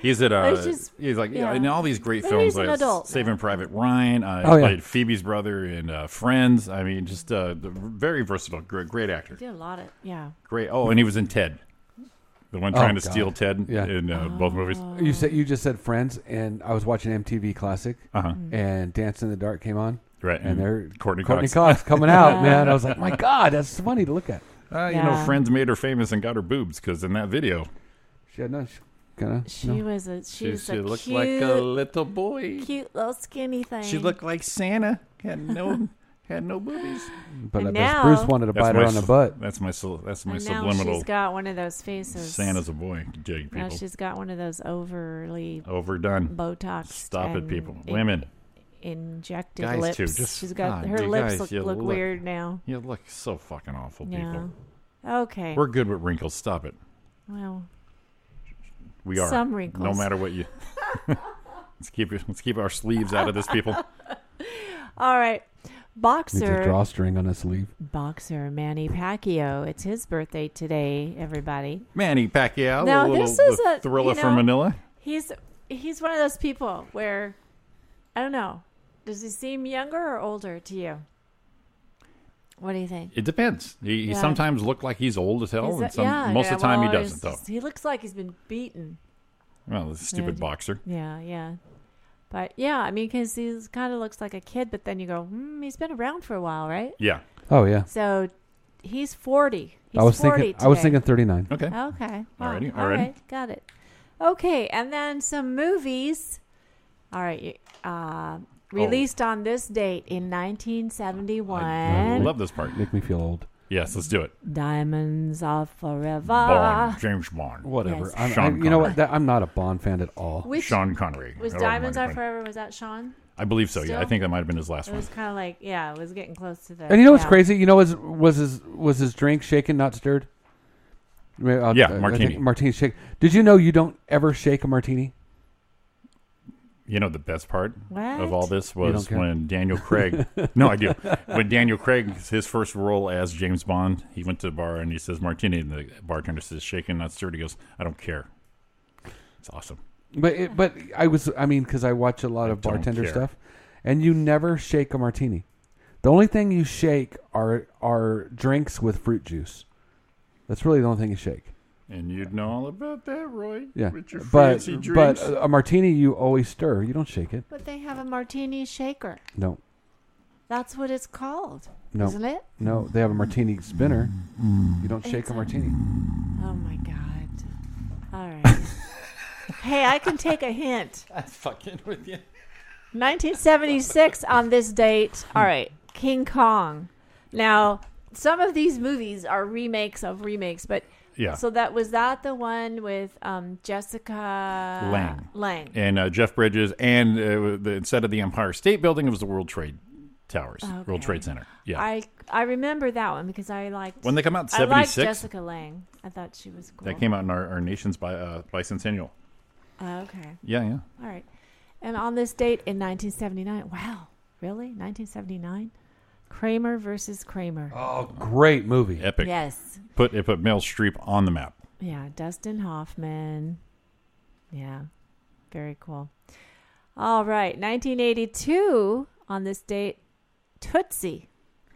He's at uh,
It's just-
he's like
yeah.
in all these great
But
films
he's an
like
adult
Saving Private Ryan. Uh,
Oh,
he
yeah.
played Phoebe's brother in uh, Friends. I mean, just uh, the- very versatile. Great, great
He
actor.
did a lot of, yeah.
Great. Oh, and he was in Ted, the one
Oh,
trying to
God.
steal Ted
Yeah.
in uh, both movies.
Oh.
You said you just said Friends, and I was watching MTV Classic,
Uh-huh.
Mm-hmm.
and Dance in the Dark came on,
Right,
And
and
there,
Courtney
Courtney
Cox.
Cox coming out,
Yeah.
man. I was like, my God, that's funny to look at.
Uh, You know, Friends made her famous and got her boobs because in that video,
She had none. She, kinda,
She
no.
was a, she,
She-
was
she
a
looked
cute,
like a little boy.
Cute little skinny thing.
she looked like Santa. Had no. Had no boobies,
But I
And
bet
now-
Bruce wanted to
That's
bite her
my
on the
sub-
butt.
That's my sul- that's my
And now
subliminal.
she's got one of those faces.
Santa's a boy, jig
Now
people.
she's got one of those overly
Overdone.
Botox.
Stop it, people. Women.
Injected
Guys,
lips.
too. Just
she's got
God,
her
you
lips
guys,
look,
you
look weird now.
You look so fucking awful,
Yeah.
people.
Okay.
We're good with wrinkles. Stop it.
well,
We are
Some wrinkles.
No matter what you. let's keep it- let's keep our sleeves out of this, people.
all right.
It's
Boxer.
a drawstring on his sleeve.
boxer Manny Pacquiao. It's his birthday today, everybody.
Manny Pacquiao,
Now,
the little
this is
the
a-
thriller
you know-
from Manila.
He's he's one of those people where I don't know. Does he seem younger or older to you? What do you think?
It depends. He, he
Yeah.
sometimes look like he's old as hell,
He's
Oh, and
a-
some,
yeah,
most of the
yeah,
time he
well,
doesn't.
he's-
Though,
He looks like he's been beaten.
well, this stupid
Yeah.
boxer.
Yeah, yeah. But yeah, I mean, because he kind of looks like a kid, but then you go, hmm, he's been around for a while, right?
Yeah.
Oh yeah.
So he's 40. He's
I was
40
thinking. I was
today.
thinking thirty nine.
Okay.
Okay. Wow.
Alrighty,
All
alrighty.
right. Got it. Okay. And then some movies. All right. you-
Oh.
Uh, released on this date in 1971.
I love this part.
Make me feel old.
Yes, let's do it.
Diamonds are forever.
Bond, James Bond,
Whatever.
Yes.
I'm,
Sean
I- you know
Connery.
what? That, I'm not a Bond fan at all.
Which
Sean Connery.
was
Oh,
Diamonds
my
Are
God.
Forever? Was that Sean?
I believe so. Yeah, I
Still?
think that might have been his last
It
one.
was kind of like yeah, it was getting close to that.
And you know what's
yeah.
crazy? You know was was his was his drink shaken, not stirred? Maybe I'll- uh,
Yeah,
I- I
martini.
think Martini shake. Did you know you don't ever shake a martini?
You know the best part of
What?
all this
You don't
was
care?
when Daniel Craig. no, I do. When Daniel Craig his first role as James Bond, he went to a bar and he says martini, and the bartender says shaken not stirred. He goes, I don't care. It's awesome.
But it, but I was I mean because I watch a lot of
don't
bartender
care.
stuff, and you never shake a martini. The only thing you shake are are drinks with fruit juice. That's really the only thing you shake.
And you'd know all about that, Roy.
Yeah,
With your
but uh,
fancy
but
drinks.
a a martini you always stir. You don't shake it.
But they have a martini shaker.
No,
That's what it's called,
no,
isn't it?
no. They have a martini spinner. You don't shake a martini.
Oh my god! All right. hey, I can take a hint.
I'm fucking with you.
1976 on this date.
Hmm.
All right, King Kong. Now, some of these movies are remakes of remakes, but
Yeah.
So that was that the one with um, Jessica
Lange.
Lange.
and uh, Jeff Bridges, and uh, the, instead of the Empire State Building, it was the World Trade Towers, World
Okay.
Trade Center. Yeah.
I I remember that one because I liked
When they come out in
I liked
76?
Jessica Lange. I thought she was cool.
that came out in our, our nation's bi, uh, bicentennial.
Oh, okay.
Yeah, yeah.
All right. And on this date in 1979. Wow, really? 1979. Kramer versus Kramer.
Oh, great movie.
Epic.
Yes.
Put it put Meryl Streep on the map.
Yeah, Dustin Hoffman. Yeah. Very cool. All right, 1982 on this date, Tootsie.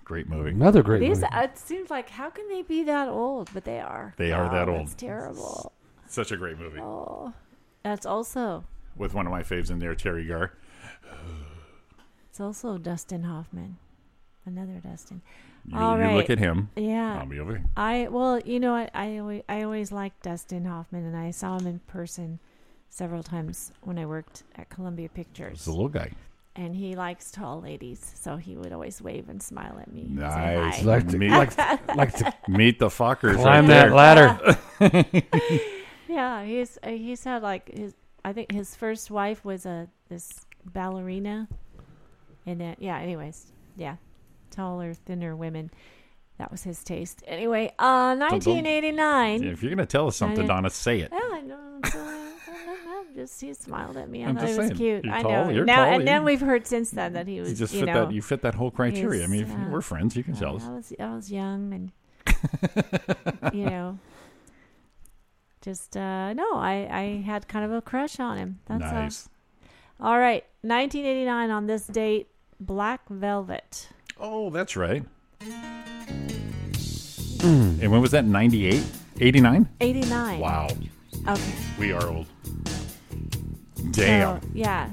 Great movie.
Another great
These
movie.
it seems like how can they be that old? But they are.
Mm-hmm. They are
Oh,
that old.
That's terrible.
Such a great movie
Oh, that's also
with one of my faves in there, Terry Gar.
it's also Dustin Hoffman, another Dustin.
You,
All
you look
right.
at him.
Yeah.
I'll be over here.
I well, you know, I I always, I always liked Dustin Hoffman, and I saw him in person several times when I worked at Columbia Pictures.
It's a little guy.
And he likes tall ladies, so he would always wave and smile at me. and say
Nice.
hi.
Like to- like to- like to
meet the fuckers.
Climb
right
that
there.
ladder.
yeah, he's uh, he's had like his. I think his first wife was a this ballerina, and then yeah. Anyways, yeah, taller, thinner women. That was his taste. Anyway, uh,
don't-
1989.
if you're gonna tell us something,
Nine-
Donna, say it.
Oh, I know. I don't know. Just he smiled at me. I
I'm
thought it
just
was
saying,
cute.
you're
I
tall,
know.
you're
now
tall,
and then
you-
we've heard since then that he
You
was.
just
you
fit
know,
that. You fit that whole criteria. I mean, if
he's, uh,
we're friends. You can
I
tell
know,
us.
I was, I was young and you know, just uh, no. I I had kind of a crush on him. That's uh, all.
Nice.
All right, 1989 on this date, Black Velvet.
Oh, that's right. And when was that? 98? 89?
89.
Wow.
Okay.
We are old. Damn.
So, yeah.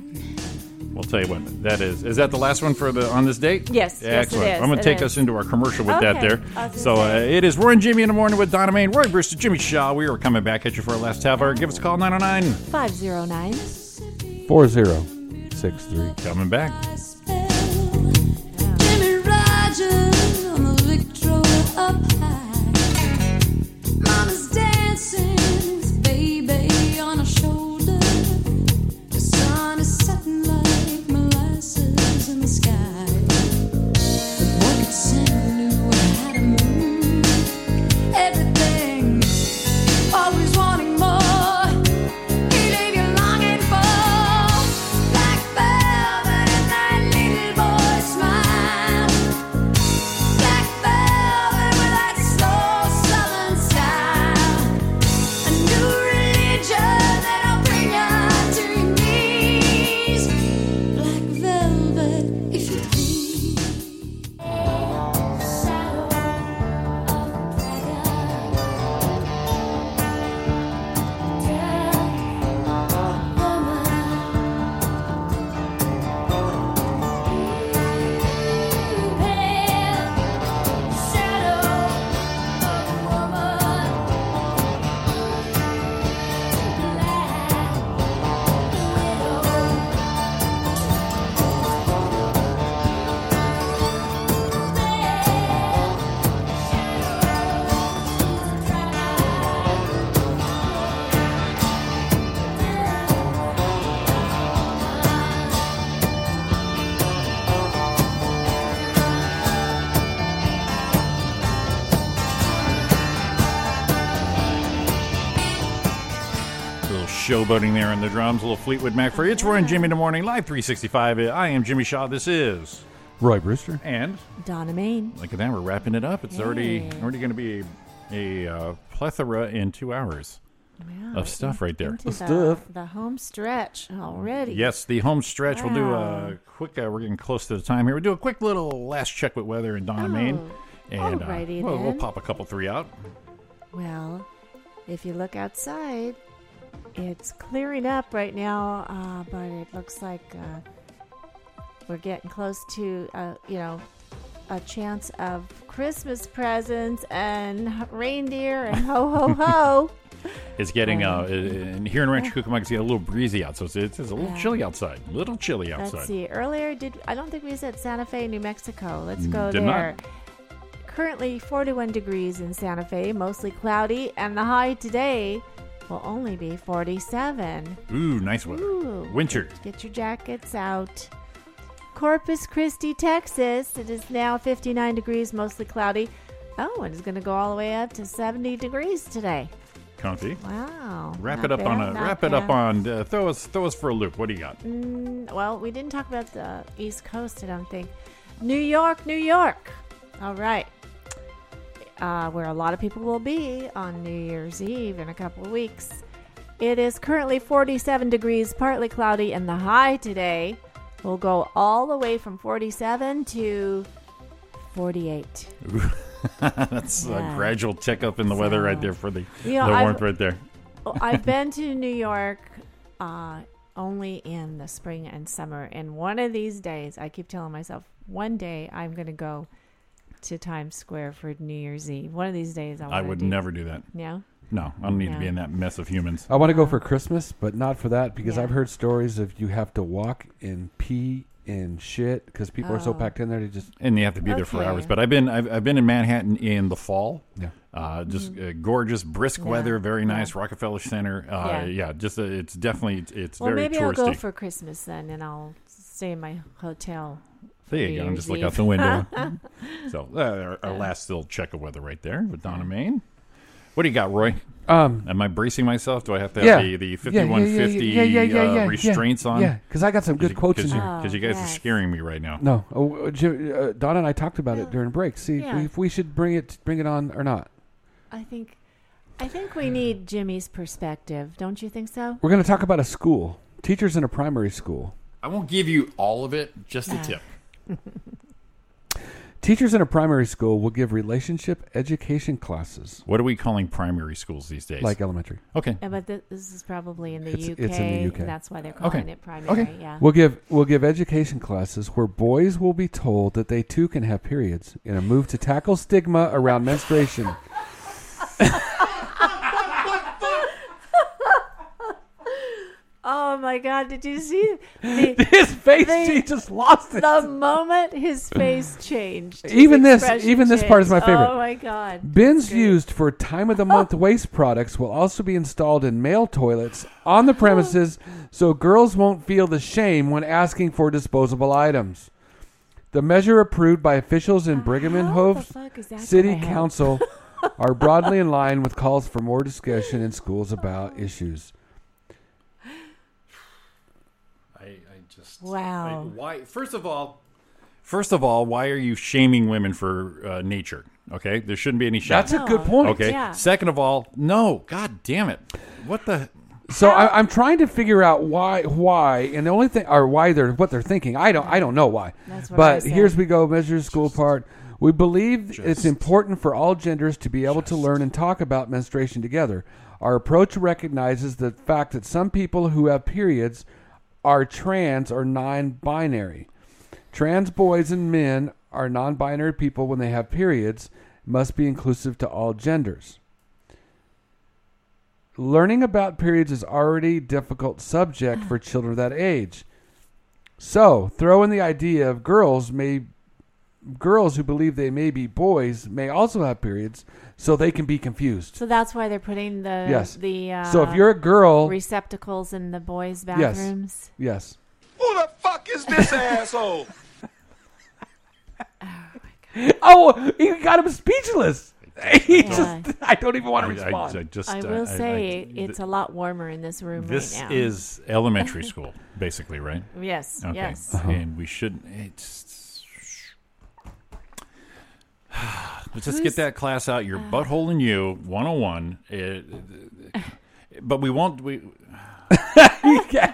We'll tell you what that is. Is that the last one for the on this date?
Yes, yes, it
Excellent.
is,
I'm going
it
to take
is.
us into our commercial with that
Okay,
there.
I was gonna
So uh,
say.
it is Roy and Jimmy in the morning with Donna Mae, Roy Brewster, Jimmy Shaw. We are coming back at you for our last half hour. Give us a call 909
509.
4063.
Coming back.
Jimmy Rogers on the Victrola up high. Mama's dancing with baby on her shoulder. The sun is setting like molasses in the sky. Boy could sing knew how to move. Everything, always wanting more. He leave you longing for. Black velvet and that little boy smile. Black velvet with that slow southern style. A new religion that'll bring you to your knees. Black velvet, if you
A little showboating there on the drums, a little Fleetwood Mac for you. It's Roy and Jimmy in the morning, live 365. I am Jimmy Shaw. This is
Roy Brewster.
and
Donna Main.
Look at that, we're wrapping it up. It's already already going to be a, a uh, plethora in two hours
Wow,
of stuff right there.
into the, the home stretch already.
Yes, the home stretch. We'll do
Wow.
a quick. Uh, we're getting close to the time here. We'll do a quick little last check with weather in Donna, Maine, and
Oh, alrighty
uh, we'll, we'll
then.
pop a couple three out.
Well, if you look outside, it's clearing up right now, uh, but it looks like uh, we're getting close to, uh, you know, a chance of Christmas presents and h- reindeer and ho ho ho.
It's getting uh, uh, and here in Rancho Cucamonga. It's getting a little breezy out, so it's, it's, it's a little chilly outside. A little chilly outside.
Let's see. Earlier, did I don't think we said Santa Fe, New Mexico. Let's go
Mm, Did not.
there. Currently 41 degrees in Santa Fe, mostly cloudy, and the high today will only be 47.
Ooh, nice weather.
Ooh.
Winter.
Get your jackets out. Corpus Christi, Texas. It is now 59 degrees, mostly cloudy. Oh, and it's going to go all the way up to 70 degrees today.
Comfy.
Wow.
Wrap
Not
it up on
bad,
a
not
wrap it up
bad.
on uh, throw us throw us for a loop. What do you got?
Mm, well, we didn't talk about the East Coast, I don't think. New York, New York. All right. Uh, where a lot of people will be on New Year's Eve in a couple of weeks. It is currently 47 degrees, partly cloudy, and the high today will go all the way from 47 to 48.
That's a
Yeah.
gradual tick up in the weather right there for the,
You know,
the
I've-
warmth right there.
Oh, I've been to New York uh, only in the spring and summer, and one of these days, I keep telling myself, one day I'm going to go to Times Square for New Year's Eve. One of these days, I,
I
wanna
would
do
never do that.
No?
No, I don't need to be
No.
in that mess of humans.
I want to go for Christmas, but not for that because
Yeah.
I've heard stories of you have to walk and pee and shit because people are so
Oh.
packed in there. They just
and you have to be there for
Okay.
hours. But I've been I've, I've been in Manhattan in the fall.
Yeah.
Uh, just uh, gorgeous, brisk weather, very nice. Rockefeller Center. Uh, yeah.
Yeah.
Just uh, it's definitely it's, it's
Well,
very
maybe I'll
touristy.
go for Christmas then, and I'll stay in my hotel. for
there
New
you go. And
Year's
just look
Eve.
out the window. so uh, our, our last little check of weather right there with Donna Main. What do you got, Roy?
Um,
Am I bracing myself? Do I have to have
Yeah.
the, the
Yeah, yeah, yeah, yeah,
5150
yeah, yeah, yeah,
uh,
yeah, yeah,
restraints on?
yeah, 'cause I got some good
you-
quotes in
you-
Oh.
here.
you guys are scaring me right now.
no. Oh, uh, Jim, uh, Donna and I talked about it during break. See
Yeah.
if we should bring it bring it on or not.
I think, I think we need Jimmy's perspective. Don't you think so?
We're going to talk about a school, teachers in a primary school.
I won't give you all of it, just
Yeah.
a tip.
Teachers in a primary school will give relationship education classes
What are we calling primary schools these days?
like elementary.
Okay.
Yeah, but thi- this is probably in the
It's-
UK.
it's in the UK.
That's why they're
Okay.
calling it primary. Yeah.
We'll give we'll give education classes where boys will be told that they too can have periods in a move to tackle stigma around menstruation.
oh my God! Did you see the,
his face?
the-
he just lost it.
the moment his face changed. his
Even this-
expression
even this part is my
changed.
favorite.
Oh my God!
Bins used for time of the month waste products will also be installed in male toilets on the premises so girls won't feel the shame when asking for disposable items. The measure approved by officials in Brigham and Hove
fuck is that
City
gonna help?
Council are broadly in line with calls for more discussion in schools about issues.
I, I just
Wow.
I- why? First of all, first of all, why are you shaming women for uh, nature? Okay, there shouldn't be any shame.
That's a
Oh,
good No. point.
Okay.
Yeah.
Second of all, no. God damn it! What the?
So I, I'm trying to figure out why, why, and the only thing, or why they're what they're thinking. I don't, I don't know why.
That's what I
but
said.
here's we go. Measure the school part. We believe it's important for all genders to be able to learn and talk about menstruation together. Our approach recognizes the fact that some people who have periods are trans or non-binary. Trans boys and men are non-binary people when they have periods. Must be inclusive to all genders. Learning about periods is already a difficult subject for children of that age. So, throw in the idea of girls may girls who believe they may be boys may also have periods so they can be confused.
So that's why they're putting the
Yes.
the uh,
So if you're a girl-
receptacles in the boys'
Yes.
bathrooms.
Yes.
Who the fuck is this asshole?
Oh, you got him speechless. He
Yeah.
just I don't even want to
I- I-
respond.
I just-
I
uh,
will
I-
say
I-
it's a lot warmer in this room
This
right now.
is elementary school, basically, right?
Yes,
Okay.
yes.
And we shouldn't. It's, let's just
Who's- uh,
get that class out. Your butthole and you 101. It, but we won't. We.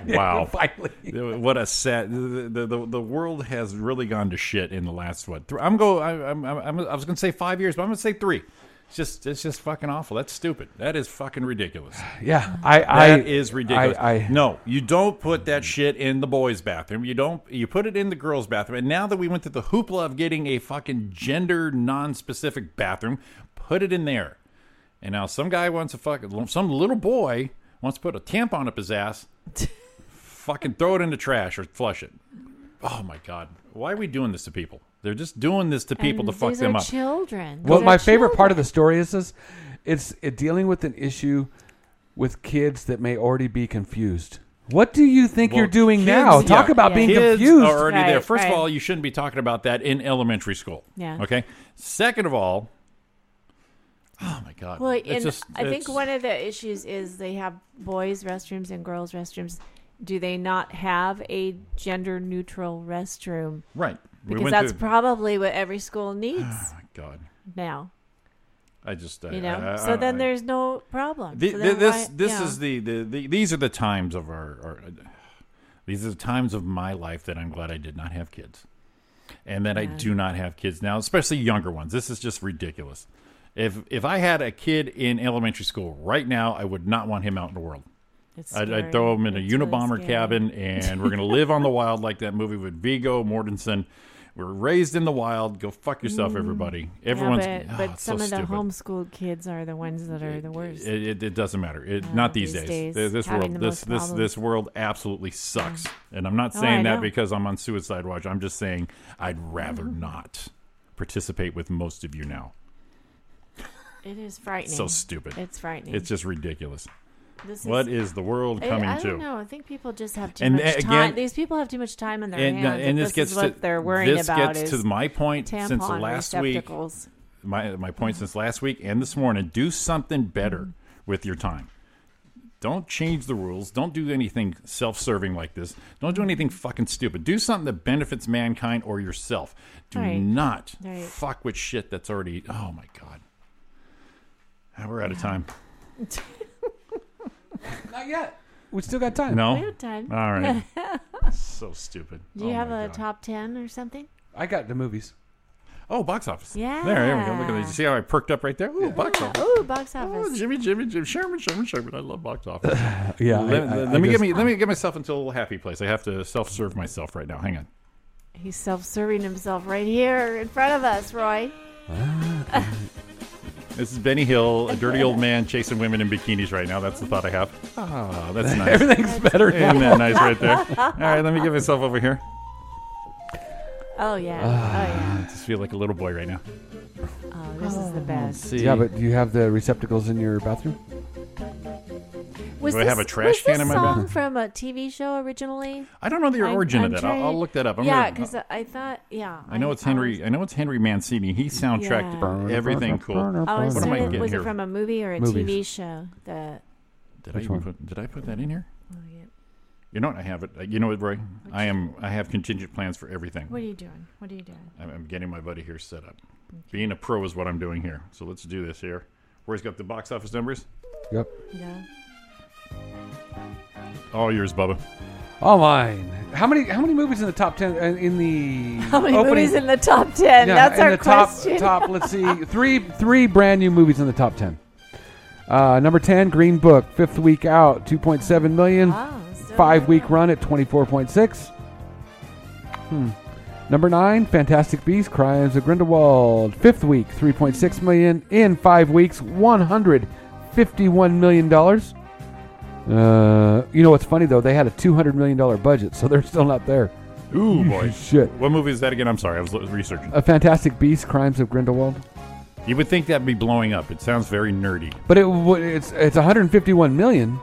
wow! Finally, what a set. The, the the the world has really gone to shit in the last what? Three, I'm go. I, I'm, I'm, I was going to say five years, but I'm going to say three. It's just it's just fucking awful. That's stupid. That is fucking ridiculous.
Yeah, I- I-
That is ridiculous.
I- I-
no, you don't put that shit in the boys' bathroom. You don't. You put it in the girls' bathroom. And now that we went to the hoopla of getting a fucking gender non-specific bathroom, put it in there. And now some guy wants to fucking some little boy wants to put a tampon up his ass. fucking throw it in the trash or flush it. Oh my god, why are we doing this to people? They're just doing this to people
And
to fuck
these
them
are
up.
Children.
Well,
These are
my favorite part
children.
of the story is this: it's it dealing with an issue with kids that may already be confused. What do you think
Well,
you're doing
kids-
now? Talk
yeah,
about being
kids
confused.
Are already there.
Right,
First of
right.
all, you shouldn't be talking about that in elementary school.
Yeah.
Okay. Second of all, oh my god.
Well,
It's
and
just-
I think
it's-
one of the issues is they have boys' restrooms and girls' restrooms. Do they not have a gender neutral restroom?
Right. We
Because
went
that's
through-
probably what every school needs
God.
now.
I just I-
you know.
I- I-
so then
I-
there's no problem.
The,
So
the-
then
this
why-
this
yeah.
is the, the, the these are the times of our, our these are the times of my life that I'm glad I did not have kids, and that I
Yeah.
do not have kids now, especially younger ones. This is just ridiculous. If if I had a kid in elementary school right now, I would not want him out in the world.
It's
I'd,
scary.
I'd throw him in a
It's really
Unabomber
scary.
cabin, and we're gonna live on the wild like that movie with Vigo Mortensen. We're raised in the wild. Go fuck yourself,
Mm.
everybody.
Yeah,
Everyone's
but,
Ah,
but
it's
some
so
of the
stupid.
homeschooled kids are the ones that are the worst.
It, it, it doesn't matter. It, not these,
these
days.
days,
Th- This
having
world,
the
this
most
this this
problems.
world absolutely sucks. And I'm not
Oh,
saying that
I know. Mm-hmm.
because I'm on suicide watch. I'm just saying I'd rather not participate with most of you now.
It is frightening.
So stupid.
It's frightening.
It's just ridiculous.
This is-
What is the world
I-
coming
I,
to?
don't know. I think people just have too
And
much
a- again-
time. These people have too much time on their
And, uh,
hands.
and
if
this gets
is what
to
they're worrying
this
about.
gets
is
to my point since
tampon
last week.
receptacles.
My my point since last week and this morning. Do something better with your time. Don't change the rules. Don't do anything self-serving like this. Don't do anything fucking stupid. Do something that benefits mankind or yourself. Do
Right.
not
Right.
fuck with shit that's already. Oh my god. Ah, We're out of time.
Not yet. We still got time.
No.
We have time.
All right. so stupid.
Do you
Uh, Oh
have
my
a
God.
top ten or something?
I got the movies.
Oh, box office.
Yeah.
There, there we go. Look at that. You see how I perked up right there? Ooh, box office.
Ooh, box office.
Jimmy, Jimmy, Jimmy, Sherman, Sherman, Sherman. I love box office.
Yeah, I-
Let,
I-
let
I
me
just-
get me. Let me get myself into a little happy place. I have to self-serve myself right now. Hang on.
He's self-serving himself right here in front of us, Roy.
This is Benny Hill, a dirty old man chasing women in bikinis right now. That's the thought I have. Oh, that's nice.
Everything's better now.
Isn't that nice right there? All right, let me get myself over here.
Oh yeah.
I just feel like a little boy right now.
oh yeah. Oh, this is the best.
See.
Yeah, but do you have the receptacles in your bathroom?
Was
Do I have
this-
a trash
was
can
this
in my
song
bathroom?
from a TV show originally?
I don't know the
I'm-
origin of
I'm
that. I'll,
trying-
I'll look that up. I'm
yeah,
gonna-
because I thought, yeah.
I know it's Henry. I know it's Henry Mancini. He soundtracked
Yeah.
everything cool.
Oh, I
what am I
assumed
getting
it, was
here?
it from a movie or a
Movies.
TV show? The
Did I, even put, did I put that in here?
Oh, yeah.
You know what? I have it. Uh, You know what, Roy? I am. I have contingent plans for everything.
What are you doing? What are you doing?
I'm, I'm getting my buddy here set up. Being a pro is what I'm doing here. So let's do this here. Roy's got the box office numbers.
Yep.
Yeah.
All yours, Bubba.
All mine. How many? How many movies in the top ten? uh, In the
How many
opening-
movies in the top ten?
Yeah,
That's
in
our
the top-
question.
Top, Let's see. Three. Three brand new movies in the top ten. Uh, number ten, Green Book, fifth week out, two point seven million.
Wow, still
Five week run at twenty four point six. Hmm. Number nine, Fantastic Beasts: Crimes of Grindelwald, fifth week, three point six million. In five weeks, one hundred fifty-one million dollars. Uh, you know what's funny though? They had a two hundred million dollar budget, so they're still not there.
Ooh, boy.
Shit.
What movie is that again? I'm sorry. I was lo- researching.
A Fantastic Beast: Crimes of Grindelwald,
You would think that'd be blowing up. It sounds very nerdy.
but it w- it's it's 151 million.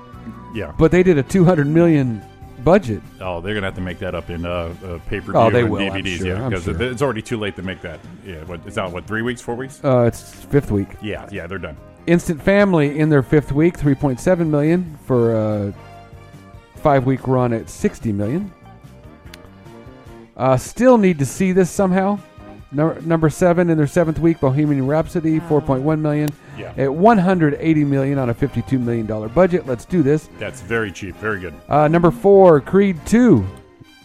Yeah.
But they did a 200 million budget.
Oh, they're gonna have to make that up in uh, uh pay-per-view
Oh, they
and
will, I'm
DVDs,
sure,
yeah,
I'm
because
sure.
it's already too late to make that. Yeah, what, it's out what three weeks, four weeks?
Uh, it's fifth week.
Yeah, yeah, they're done.
Instant Family in their fifth week, 3.7 million for a five week run at 60 million. Uh, still need to see this somehow. Number, number seven in their seventh week, Bohemian Rhapsody, 4.1 million.
Yeah.
At 180 million on a 52 million dollar budget. Let's do this.
That's very cheap, very good.
Uh, number four, Creed 2.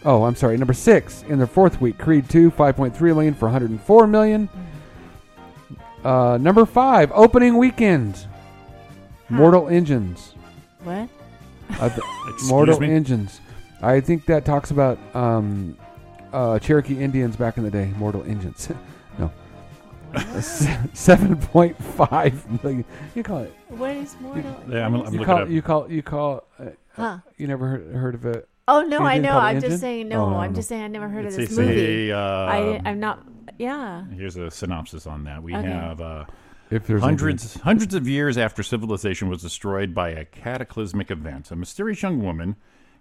Oh, I'm sorry. Number six in their fourth week, Creed 2, 5.3 million for 104 million. Uh, number five, opening weekend, Mortal Engines.
What?
Uh, th-
Excuse
Mortal
me?
Engines. I think that talks about um, uh, Cherokee Indians back in the day. Mortal Engines. no. Seven point five million. You call it?
What is Mortal?
Yeah, I'm- I'm
you
looking
call
it up.
you call you call. Uh, uh,
Huh.
You never heard, heard of it?
Oh no, I
Indian
know.
called
I'm
Engine?
just saying no.
Oh,
I'm
no.
just saying I never heard of
It's-
this
it's a,
movie. I,
um,
I'm not. Yeah.
Here's a synopsis on that. We
Okay.
have uh,
If there's
hundreds hundreds of years after civilization was destroyed by a cataclysmic event, a mysterious young woman,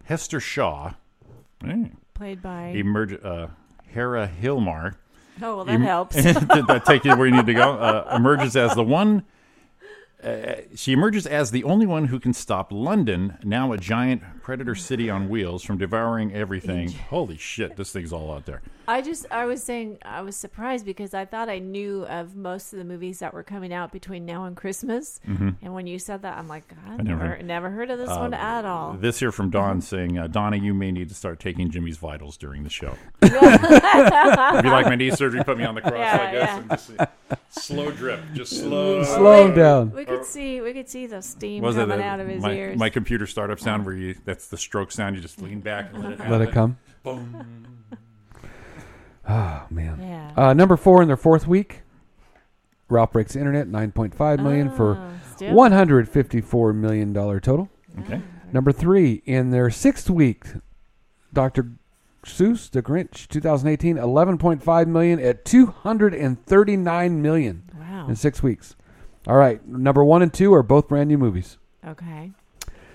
Hester Shaw, eh,
Played by.
emerge uh, Hera Hilmar.
Oh, well, that
em-
helps.
did that take you where you need to go? Uh, emerges as the one. Uh, she emerges as the only one who can stop London, now a giant Predator City on wheels from devouring everything. Holy shit, this thing's all out there.
I just I was saying I was surprised because I thought I knew of most of the movies that were coming out between now and Christmas.
Mhm.
And when you said that, I'm like, I've
I never-
never never heard of this
Uh,
one at all.
This here from
Mm-hmm.
Don saying, uh, Donna, you may need to start taking Jimmy's vitals during the show. Be
Yeah.
like my knee surgery, put me on the cross
Yeah,
like this
yeah.
and just uh, slow drip, just slow.
Slow down.
We could see we could see the steam
What was
coming
that, uh,
out of his
my,
ears.
my computer startup sound where you that's the stroke sound you just lean back and let it,
Let
happen.
it come.
boom
Oh man.
Yeah.
Uh, number four in their fourth week. Ralph breaks the internet, nine point five million for
Oh, still.
one hundred fifty-four million dollar total.
Okay.
Number three in their sixth week, Doctor Seuss the Grinch, 2018, 11.5 million at 239 million
Wow.
in six weeks. All right, number one and two are both brand new movies.
okay.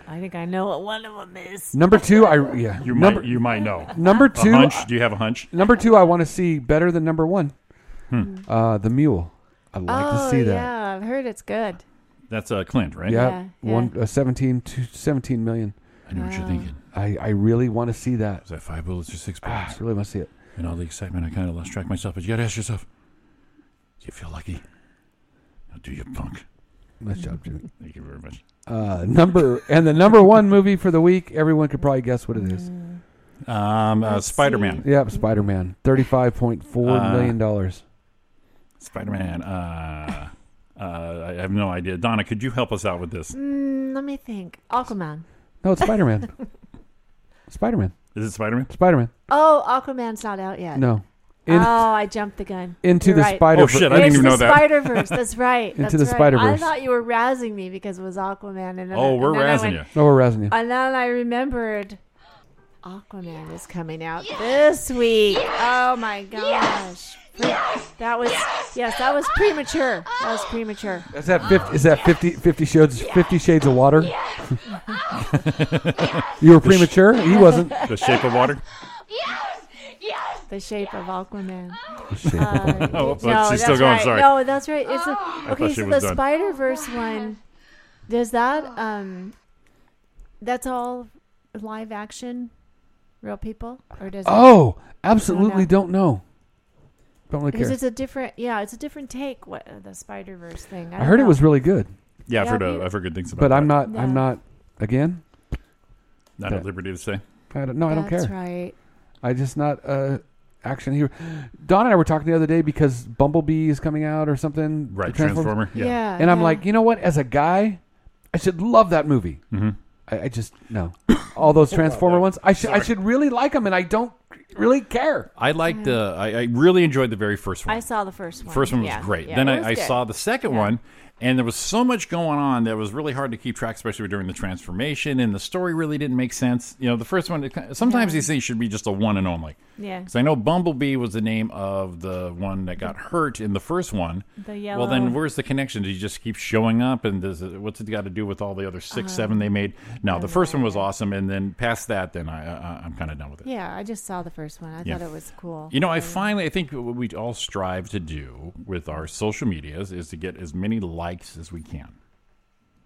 I think I know what one of them is.
Number two, I yeah.
You
number,
might you might know.
Number
A
two, uh,
hunch? Do you have a hunch?
Number two, I want to see better than number one.
Hmm.
Uh, the Mule. I'd like
oh,
to see that.
Yeah, I've heard it's good.
That's uh, Clint, right?
Yeah,
Yeah,
one uh, 17 to 17 million.
I know what you're thinking.
I, I really want to see that.
Is that five bullets or six
Ah,
bullets?
I really want to see it.
And all the excitement, I kind of lost track myself. But you gotta ask yourself, do you feel lucky? Now do you punk?
Nice job, Jimmy.
Thank you very much.
Uh, number and the number one movie for the week. Everyone could probably guess what it
Mm.
is.
Um, uh, Spider Man.
Yep, Spider Man. Thirty-five point four million
Uh,
dollars.
Spider Man. Uh, uh, I have no idea. Donna, could you help us out with this?
Mm, let me think. Aquaman.
No, it's Spider Man. Spider Man.
Is it Spider Man?
Spider Man.
Oh, Aquaman's not out yet.
No. In-
oh, I jumped the gun.
Into
You're
the
right.
Spider- Oh, shit, I didn't
It's
even
the
know that.
Spider-Verse. That's right.
Into
That's
the
right.
Spider-Verse.
I thought you were razzing me because it was Aquaman. And then
Oh,
I-
we're
and then I
razzing
went-
you.
No, we're razzing you.
And then I remembered Aquaman is coming out this week. Oh my gosh. That was yes. that was premature. That was premature.
Is that fifty? Is that 50, 50 shades? Fifty Shades of Water. you were premature. He wasn't. Oh,
The Shape of Water.
The shape of Aquaman.
shape
Uh,
of- Oh, but she's
no, that's
still going,
right.
sorry.
No, that's right. It's a-
Oh.
thought
okay.
she
So the
was done.
Spider Verse one. Does that um, that's all live action, real people, or does it-
Oh,
I
absolutely.
don't know.
Don't know. Don't really
Because
care.
it's a different, yeah, it's a different take. What uh, the Spider Verse thing?
I heard it was really good.
Yeah, I've
Yeah,
heard,
we-
uh, I've heard good things about.
But I'm
that.
not. I'm not. Again,
not at liberty to say.
I don't, no, I don't care.
That's right.
I just not uh, action hero. Don and I were talking the other day because Bumblebee is coming out or something. the
Right, Transformer, yeah.
Yeah,
and I'm
yeah.
like, you know what? As a guy, I should love that movie.
Mhm.
I, I just no. All
Oh,
those Transformer ones, I should I should really like them, and I don't really care.
I liked the. I, I really enjoyed the very first one.
I saw the first one.
First one was
Yeah,
great.
yeah,
then
it
I,
was
I
good.
saw the second one, and there was so much going on that was really hard to keep track, especially during the transformation. And the story really didn't make sense. You know, the first one. it kind- Sometimes these things should be just a one and only.
Yeah.
Because I know Bumblebee was the name of the one that got hurt in the first one.
The
Well, then
yellow-
where's the connection? Did he just keep showing up? And does it, what's it got to do with all the other six, seven
Um,
they made? No, the first one was awesome, and then past that, then I, I I'm kind of done with it.
Yeah, I just saw the first one. I
Yeah.
thought it was cool.
You know, I finally, I think what we all strive to do with our social medias is to get as many likes as we can,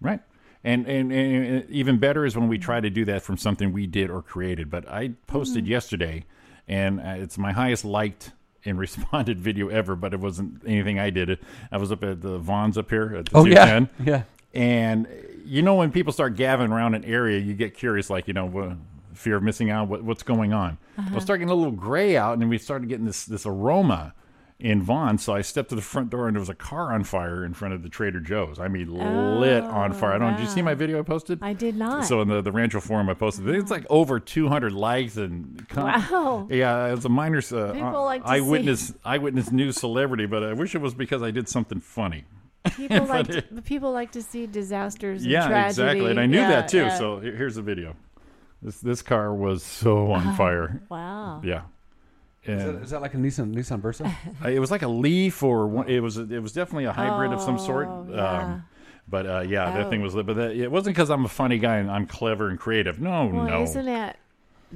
right? And and, and even better is when we try to do that from something we did or created. But I posted yesterday, and uh, it's my highest liked and responded video ever. But it wasn't anything I did. I was up at the Vons up here at the
Oh, yeah.
210.
Yeah.
And eh, you know, when people start gathering around an area, you get curious, like you know, wha- fear of missing out. What, what's going on?
Uh-huh.
Well, start getting a little gray out, and then we started getting this this aroma in Vaughn. So I stepped to the front door, and there was a car on fire in front of the Trader Joe's. I mean, lit on fire. I don't. Did you see my video I posted?
Oh, I did not.
So in the, the Rancho forum, I posted. It's like over 200 likes and com-
Wow.
Yeah, it's a minor uh,
People like to see-
eyewitness eyewitness news celebrity, but I wish it was because I did something funny.
people like
But
to, people like to see disasters. And
yeah,
tragedy.
exactly. And I knew
Yeah,
that too.
yeah.
So here- here's the video. This this car was so
Uh-huh.
on fire.
wow.
Yeah.
Is that,
And
is that like a Nissan Nissan Versa?
uh, it was like a leaf or one, it was it was definitely a hybrid of
Oh,
some sort. Um, but uh, yeah, that thing was lit. But that, it wasn't because I'm a funny guy and I'm clever and creative. No,
Well,
no.
isn't it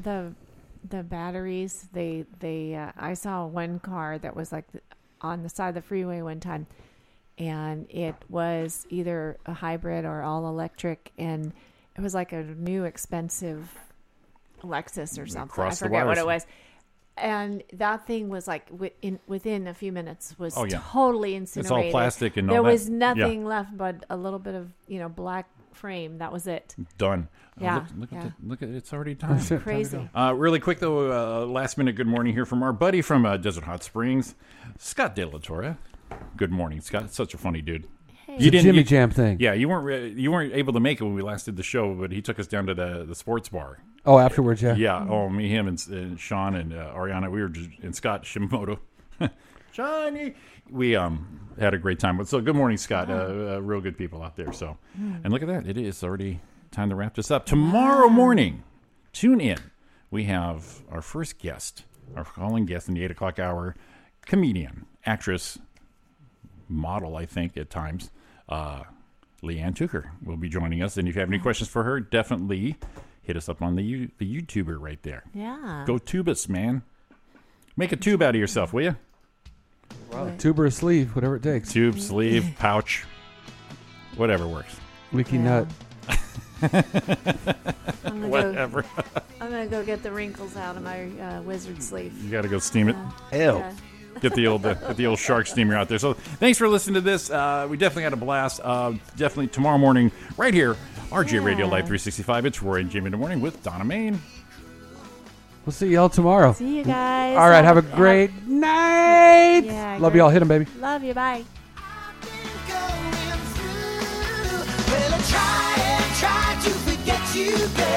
the the batteries? They they uh, I saw one car that was like th- on the side of the freeway one time, and it was either a hybrid or all electric, and It was like a new expensive Lexus or something. I
crossed the
forget what it
wires.
was. And that thing was like wi- in, within a few minutes was
Oh, yeah.
totally
It's all
incinerated.
plastic and all
there
that.
was
Yeah.
nothing left but a little bit of you know black frame. That was it.
Done. Oh,
Yeah,
look, look
yeah.
at the, look at it's already time.
Crazy.
Uh, really quick though, uh, last minute good morning here from our buddy from uh, Desert Hot Springs, Scott De La Torre. Good morning, Scott. Such a funny dude.
It's a Jimmy Jam thing.
Yeah, you weren't re- you weren't able to make it when we last did the show, but he took us down to the the sports bar.
Oh, afterwards, yeah.
Yeah. Oh, me, him, and, and Sean and uh, Ariana. We were just and Scott Shimoto. Johnny. We um had a great time. But so good morning, Scott. Uh, uh, real good people out there. So,
Hmm.
and look at that. It is already time to wrap this up. Tomorrow morning, tune in. We have our first guest, our calling guest in the eight o'clock hour, comedian, actress, model, I think, at times. Uh, Leanne Tucker will be joining us. And if you have any questions for her, definitely hit us up on the, you the YouTuber right there.
Yeah.
Go tube us, man. Make a tube out of yourself, will you?
Wow. Tube or a sleeve, whatever it takes.
Tube, sleeve, pouch, whatever works.
Wiki nut.
I'm gonna
Whatever.
Go, I'm gonna go get the wrinkles out of my uh, wizard sleeve.
You got to go steam it.
Yeah. Ew. Yeah.
Get the old uh, get the old shark steamer out there. So thanks for listening to this. Uh, we definitely had a blast. Uh, definitely tomorrow morning, right here, RJ Radio Live 365. It's Roy and Jamie in the morning with Donna Main.
We'll see y'all tomorrow.
See you guys.
All right, have a great night.
Yeah,
Love
great.
y'all. Hit 'em, baby.
Love you. Bye.
Well, I try and try to forget you, girl.